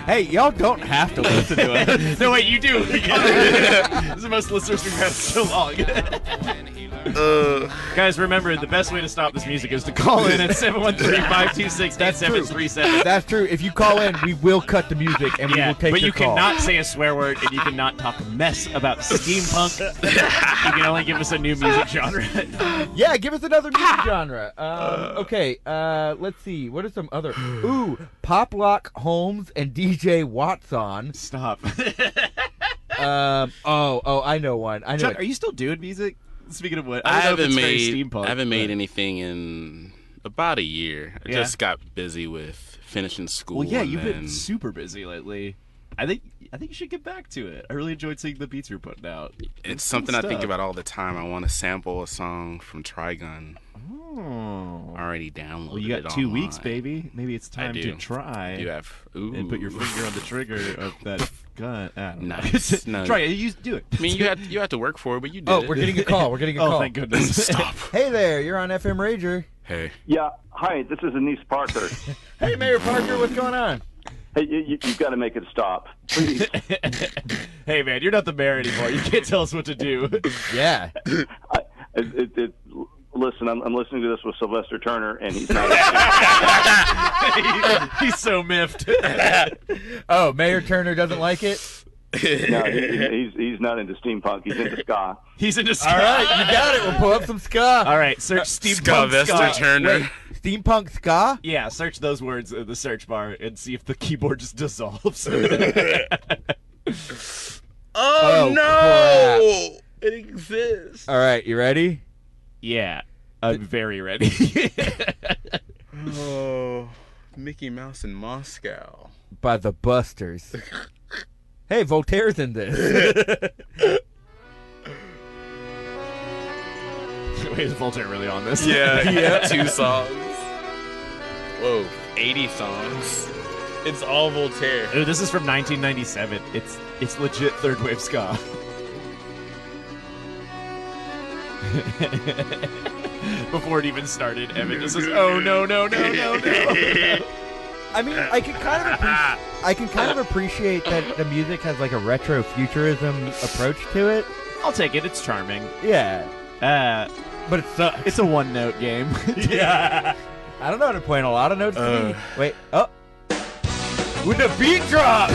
[SPEAKER 1] hey, y'all don't have to listen to it.
[SPEAKER 8] no, wait, you do. this is the most listeners we've had in so long. Guys, remember, the best way to stop this music is to call in at 713-526-8737.
[SPEAKER 1] That's true. If you call in, we will cut the music and we
[SPEAKER 8] Yeah,
[SPEAKER 1] will take
[SPEAKER 8] but
[SPEAKER 1] your
[SPEAKER 8] you
[SPEAKER 1] call.
[SPEAKER 8] cannot say a swear word and you cannot talk mess about steampunk. you can only give us a new music genre.
[SPEAKER 1] Yeah, give us another music genre. Um, okay, uh, let's see. What are some other? Ooh, Poplock Holmes and DJ Watson.
[SPEAKER 8] Stop.
[SPEAKER 1] Um, oh, oh, I know one. I know.
[SPEAKER 2] Chuck,
[SPEAKER 1] it.
[SPEAKER 2] are you still doing music? Speaking of what,
[SPEAKER 3] I
[SPEAKER 2] I, don't know if
[SPEAKER 3] haven't
[SPEAKER 2] it's very
[SPEAKER 3] made
[SPEAKER 2] steampunk.
[SPEAKER 3] I haven't made
[SPEAKER 2] but-
[SPEAKER 3] anything in about a year. I
[SPEAKER 8] Yeah.
[SPEAKER 3] just got busy with finishing school.
[SPEAKER 2] Well, yeah,
[SPEAKER 3] and
[SPEAKER 2] you've been
[SPEAKER 3] then-
[SPEAKER 2] super busy lately. I think I think you should get back to it. I really enjoyed seeing the beats you're putting out.
[SPEAKER 3] It's something I think
[SPEAKER 2] stuff.
[SPEAKER 3] about all the time. I want to sample a song from Trigun.
[SPEAKER 2] Well,
[SPEAKER 3] Already downloaded.
[SPEAKER 2] Hmm. you got
[SPEAKER 3] it
[SPEAKER 2] two weeks,
[SPEAKER 3] online.
[SPEAKER 2] baby. Maybe it's time to
[SPEAKER 3] do.
[SPEAKER 2] try
[SPEAKER 3] You have ooh.
[SPEAKER 2] and put your finger on the trigger of that gun. I don't know.
[SPEAKER 3] Nice. No.
[SPEAKER 2] try it. You do it.
[SPEAKER 3] I mean, you had you had to work for it, but you did.
[SPEAKER 1] oh,
[SPEAKER 3] it.
[SPEAKER 1] we're getting a call. We're getting a
[SPEAKER 2] oh,
[SPEAKER 1] call.
[SPEAKER 2] thank goodness.
[SPEAKER 3] stop.
[SPEAKER 1] Hey there, you're on FM Rager.
[SPEAKER 3] Hey,
[SPEAKER 11] Yeah. Hi, this is Anise Parker.
[SPEAKER 1] Hey, Mayor Parker, what's going on?
[SPEAKER 11] hey, you, you, you've got to make it stop. Please.
[SPEAKER 8] hey, man, you're not the mayor anymore. You can't tell us what to do.
[SPEAKER 1] Yeah.
[SPEAKER 11] I, it, it, it, listen, I'm, I'm listening to this with Sylvester Turner, and he's not.
[SPEAKER 8] He's so miffed.
[SPEAKER 1] Oh, Mayor Turner doesn't like it.
[SPEAKER 11] no, he, he's he's not into steampunk. He's into ska.
[SPEAKER 8] He's in a
[SPEAKER 1] All right, you got it. We'll pull up some ska.
[SPEAKER 8] All right, search steampunk
[SPEAKER 3] Sylvester
[SPEAKER 8] Scott.
[SPEAKER 3] Turner.
[SPEAKER 1] Steampunk ska.
[SPEAKER 8] Yeah, search those words in the search bar and see if the keyboard just dissolves.
[SPEAKER 1] Oh, no!
[SPEAKER 3] Oh, It exists.
[SPEAKER 1] All right, you ready?
[SPEAKER 8] yeah, I'm very ready.
[SPEAKER 3] Oh, Mickey Mouse in Moscow.
[SPEAKER 1] By the Busters. hey, Voltaire's in this.
[SPEAKER 8] Wait, is Voltaire really on this?
[SPEAKER 3] Yeah, yeah. Two songs. Whoa, 80 songs. It's all Voltaire.
[SPEAKER 8] Ooh, this is from 1997. It's it's legit third wave ska.
[SPEAKER 2] before it even started. Evan just says, "Oh no, no, no, no, no."
[SPEAKER 1] I mean, I can kind of appreciate, I can kind of appreciate that the music has like a retro futurism approach to it.
[SPEAKER 2] I'll take it. It's charming.
[SPEAKER 1] Yeah,
[SPEAKER 2] Uh,
[SPEAKER 1] but it sucks.
[SPEAKER 2] it's a one-note game.
[SPEAKER 1] Yeah. I don't know how to play in a lot of notes. to me. Wait. Oh. With the beat drop.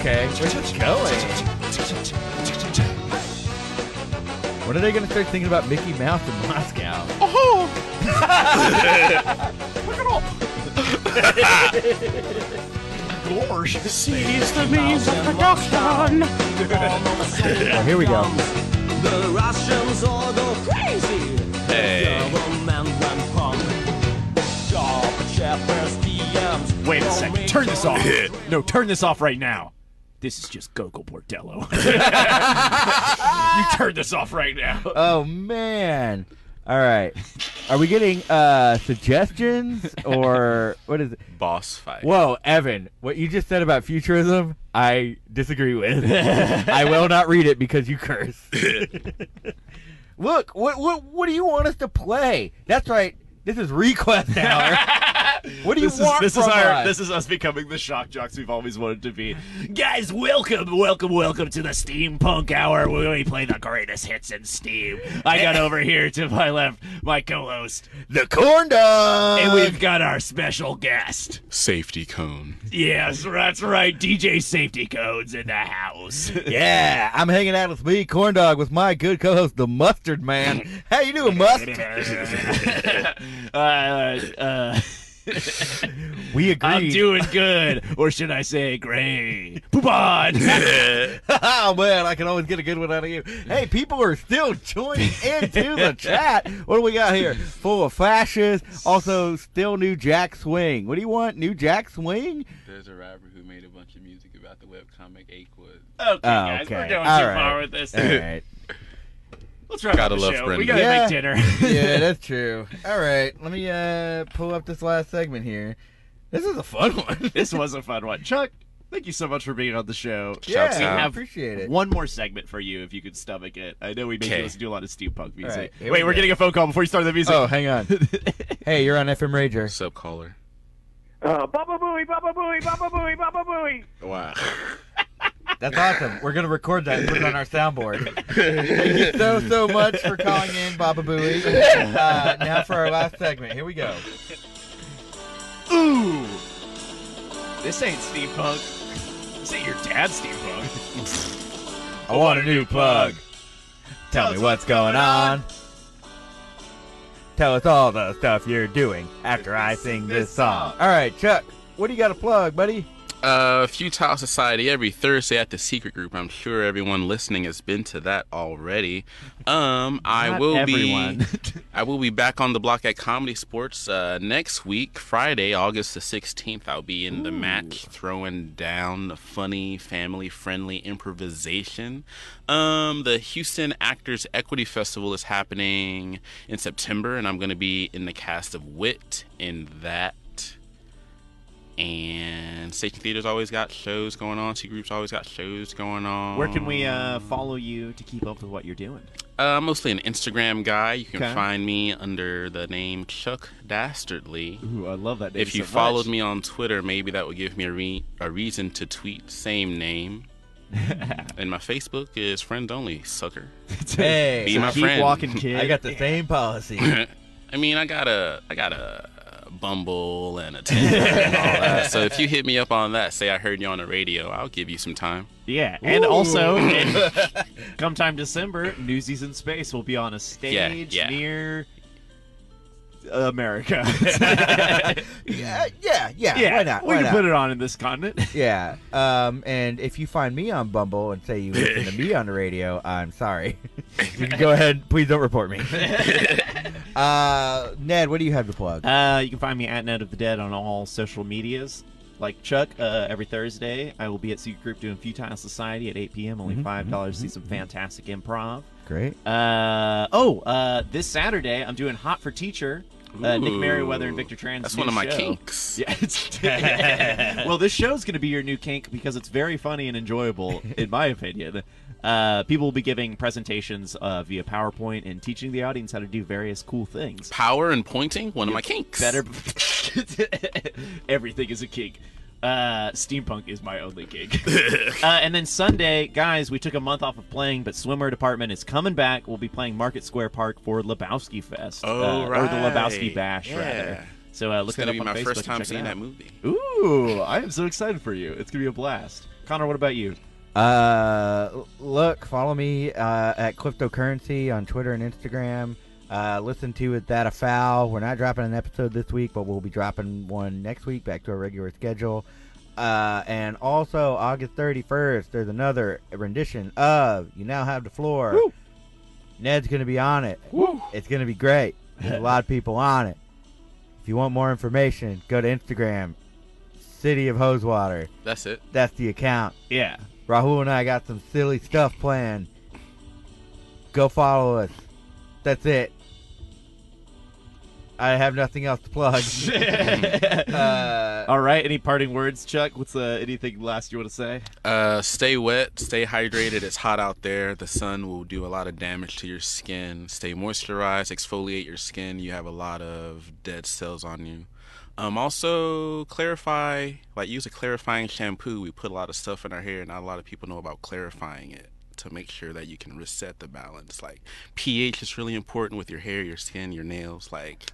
[SPEAKER 1] Okay. Where's it going? When are they gonna start thinking about Mickey Mouse in Moscow? Oh, here we go.
[SPEAKER 6] The Russians all go crazy.
[SPEAKER 3] Hey.
[SPEAKER 6] The government went punk. Job shepherds, DMs.
[SPEAKER 2] Wait a second. Turn this off.
[SPEAKER 3] Yeah.
[SPEAKER 2] No, turn this off right now. This is just Gogo Bordello. you turn this off right now.
[SPEAKER 1] Oh man. All right. Are we getting uh suggestions or what is it?
[SPEAKER 3] Boss fight.
[SPEAKER 1] Whoa, Evan, what you just said about futurism, I disagree with. I will not read it because you curse. Look, what what what do you want us to play? That's right. This is request hour. what do you
[SPEAKER 2] This is
[SPEAKER 1] want
[SPEAKER 2] this
[SPEAKER 1] from
[SPEAKER 2] is our
[SPEAKER 1] us?
[SPEAKER 2] this is us becoming the shock jocks we've always wanted to be. Guys, welcome, welcome, welcome to the steampunk hour where we play the greatest hits in steam. I got over here to my left, my co-host,
[SPEAKER 1] the corn dog.
[SPEAKER 2] and we've got our special guest.
[SPEAKER 3] Safety cone.
[SPEAKER 2] Yes, that's right, DJ Safety Codes in the house.
[SPEAKER 1] yeah, I'm hanging out with me, corn dog, with my good co-host, the mustard man. How you doing, must?
[SPEAKER 2] uh, uh,
[SPEAKER 1] We agree.
[SPEAKER 2] I'm doing good, or should I say, great? Poop on.
[SPEAKER 1] oh man, I can always get a good one out of you. Hey, people are still joining into the chat. What do we got here? Full of flashes. Also, still new Jack Swing. What do you want? New Jack Swing?
[SPEAKER 3] There's a rapper who made a bunch of music about the webcomic Aquid.
[SPEAKER 2] Okay,
[SPEAKER 1] guys,
[SPEAKER 2] guys,
[SPEAKER 1] Okay, we're
[SPEAKER 2] we're
[SPEAKER 1] going
[SPEAKER 2] going
[SPEAKER 1] all
[SPEAKER 2] too
[SPEAKER 1] too right.
[SPEAKER 2] far
[SPEAKER 1] far
[SPEAKER 2] with this.
[SPEAKER 1] All right.
[SPEAKER 2] Let's wrap
[SPEAKER 3] Gotta
[SPEAKER 2] up the
[SPEAKER 3] love
[SPEAKER 2] show. We
[SPEAKER 3] Brendan.
[SPEAKER 2] gotta
[SPEAKER 1] Yeah.
[SPEAKER 2] make dinner.
[SPEAKER 1] yeah, that's true. All right, let me uh pull up this last segment here. This is a fun one.
[SPEAKER 2] this was a fun one, Chuck. Thank you so much for being on the show.
[SPEAKER 1] yeah,
[SPEAKER 3] Shouts
[SPEAKER 1] I
[SPEAKER 3] out.
[SPEAKER 1] appreciate it.
[SPEAKER 2] One more segment for you if you could stomach it. I know we make you
[SPEAKER 3] Okay.
[SPEAKER 2] listen to a lot of steampunk music.
[SPEAKER 1] right, here
[SPEAKER 2] Wait,
[SPEAKER 1] we
[SPEAKER 2] we're
[SPEAKER 1] go.
[SPEAKER 2] getting a phone call before you start the music.
[SPEAKER 1] Oh, hang on. hey, you're on FM Rager.
[SPEAKER 3] What's up, caller?
[SPEAKER 5] Uh, Baba Booey, Baba Booey, Baba Booey, Baba Booey.
[SPEAKER 3] Wow.
[SPEAKER 1] That's awesome. We're gonna record that and put it on our soundboard. Thank you so so much for calling in, Baba Booey. Uh, now for our last segment. Here we go.
[SPEAKER 2] Ooh, this ain't steampunk. This ain't your dad's steampunk.
[SPEAKER 1] I want a new plug. Tell me what's going on. Tell us all the stuff you're doing after I sing this song. All right, Chuck, what do you got to plug, buddy?
[SPEAKER 3] Uh, Futile Society every Thursday at the Secret Group. I'm sure everyone listening has been to that already. Um, I
[SPEAKER 2] Not
[SPEAKER 3] will
[SPEAKER 2] everyone.
[SPEAKER 3] be. I will be back on the block at Comedy Sports uh, next week, Friday, August the 16th. I'll be in the match throwing down the funny, family friendly improvisation. Um, the Houston Actors Equity Festival is happening in September, and I'm going to be in the cast of Wit in that. And Station Theater's always got shows going on. Secret Group's always got shows going on.
[SPEAKER 2] Where can we uh, follow you to keep up with what you're doing?
[SPEAKER 3] Uh, mostly an Instagram guy. You can
[SPEAKER 2] Okay.
[SPEAKER 3] find me under the name Chuck Dastardly.
[SPEAKER 2] Ooh, I love that.
[SPEAKER 3] if you followed me on Twitter, maybe that would give me a, re- a reason to tweet same name. and my Facebook is friend only, sucker.
[SPEAKER 1] Hey,
[SPEAKER 3] Be my
[SPEAKER 2] keep
[SPEAKER 3] friend.
[SPEAKER 2] walking, kid.
[SPEAKER 1] I got the same policy.
[SPEAKER 3] I mean, I got a, I got a Bumble and a Tinder and all that. So if you hit me up on that, say I heard you on the radio, I'll give you some time.
[SPEAKER 2] Yeah, and also, in- come time December, Newsies in Space will be on a stage
[SPEAKER 3] yeah.
[SPEAKER 2] near America.
[SPEAKER 1] yeah, yeah, yeah,
[SPEAKER 2] yeah,
[SPEAKER 1] Why not?
[SPEAKER 2] We
[SPEAKER 1] Why
[SPEAKER 2] can
[SPEAKER 1] not?
[SPEAKER 2] put it on in this continent.
[SPEAKER 1] Yeah. Um, and if you find me on Bumble and say you listen to me on the radio, I'm sorry. you can go ahead. Please don't report me. uh, Ned, what do you have to plug?
[SPEAKER 2] Uh, you can find me at Net of the Dead on all social medias. Like Chuck, uh, every Thursday I will be at Secret Group doing Futile Society at 8 p.m.
[SPEAKER 1] Mm-hmm,
[SPEAKER 2] Only five dollars. See some fantastic improv.
[SPEAKER 1] Great.
[SPEAKER 2] Uh, oh, uh, this Saturday I'm doing Hot for Teacher. Uh, Nick
[SPEAKER 3] Ooh.
[SPEAKER 2] Merriweather and Victor Trans.
[SPEAKER 3] That's
[SPEAKER 2] new
[SPEAKER 3] one of my
[SPEAKER 2] show.
[SPEAKER 3] kinks.
[SPEAKER 2] Yeah, it's well, this show's going to be your new kink because it's very funny and enjoyable, in my opinion. Uh, people will be giving presentations uh, via PowerPoint and teaching the audience how to do various cool things.
[SPEAKER 3] Power and pointing, one of my kinks.
[SPEAKER 2] Better. Everything is a kink. Uh, steampunk is my only gig. uh, and then Sunday, guys, we took a month off of playing, but Swimmer Department is coming back. We'll be playing Market Square Park for Lebowski Fest,
[SPEAKER 3] Oh,
[SPEAKER 2] uh, or the Lebowski
[SPEAKER 3] right.
[SPEAKER 2] Bash,
[SPEAKER 3] Yeah.
[SPEAKER 2] rather. So uh,
[SPEAKER 3] It's
[SPEAKER 2] look
[SPEAKER 3] gonna
[SPEAKER 2] that
[SPEAKER 3] be
[SPEAKER 2] up on
[SPEAKER 3] my
[SPEAKER 2] Facebook
[SPEAKER 3] first
[SPEAKER 2] and
[SPEAKER 3] time
[SPEAKER 2] check it
[SPEAKER 3] seeing that
[SPEAKER 2] out.
[SPEAKER 3] movie.
[SPEAKER 2] Ooh, I am so excited for you. It's gonna be a blast. Connor, what about you?
[SPEAKER 1] Uh, l- look, follow me uh, at Cryptocurrency on Twitter and Instagram. Uh, listen to Is That a Foul? We're not dropping an episode this week, but we'll be dropping one next week back to our regular schedule. Uh, and also, August 31st, there's another rendition of You Now Have the Floor. Ned's going to be on it. It's going to be great. There's a lot of people on it. If you want more information, go to Instagram, City of Hosewater.
[SPEAKER 3] That's it.
[SPEAKER 1] That's the account.
[SPEAKER 2] Yeah.
[SPEAKER 1] Rahul and I got some silly stuff planned. Go follow us. That's it. I have nothing else to plug. Uh,
[SPEAKER 2] All right. Any parting words, Chuck? What's uh, anything last you want to say?
[SPEAKER 3] Uh, stay wet, stay hydrated. It's hot out there. The sun will do a lot of damage to your skin. Stay moisturized, exfoliate your skin. You have a lot of dead cells on you. Um, also clarify, like use a clarifying shampoo. We put a lot of stuff in our hair, and not a lot of people know about clarifying it to make sure that you can reset the balance. Like pH is really important with your hair, your skin, your nails. Like,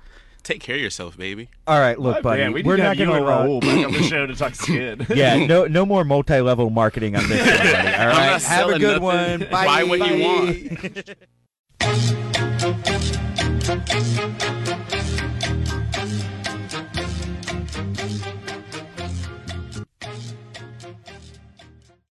[SPEAKER 3] take care of yourself, baby.
[SPEAKER 1] All right, look, buddy.
[SPEAKER 2] Oh, man, we
[SPEAKER 1] are
[SPEAKER 2] need to
[SPEAKER 1] not
[SPEAKER 2] have you
[SPEAKER 1] going
[SPEAKER 2] and
[SPEAKER 1] to
[SPEAKER 2] Raul back on the show to talk skin.
[SPEAKER 1] Yeah, no, no more multi-level marketing on this. one, buddy. All right,
[SPEAKER 3] I'm not
[SPEAKER 1] have a
[SPEAKER 3] selling
[SPEAKER 1] good
[SPEAKER 3] nothing.
[SPEAKER 1] one.
[SPEAKER 3] Buy what you
[SPEAKER 1] Bye.
[SPEAKER 3] want.
[SPEAKER 12] Thank you.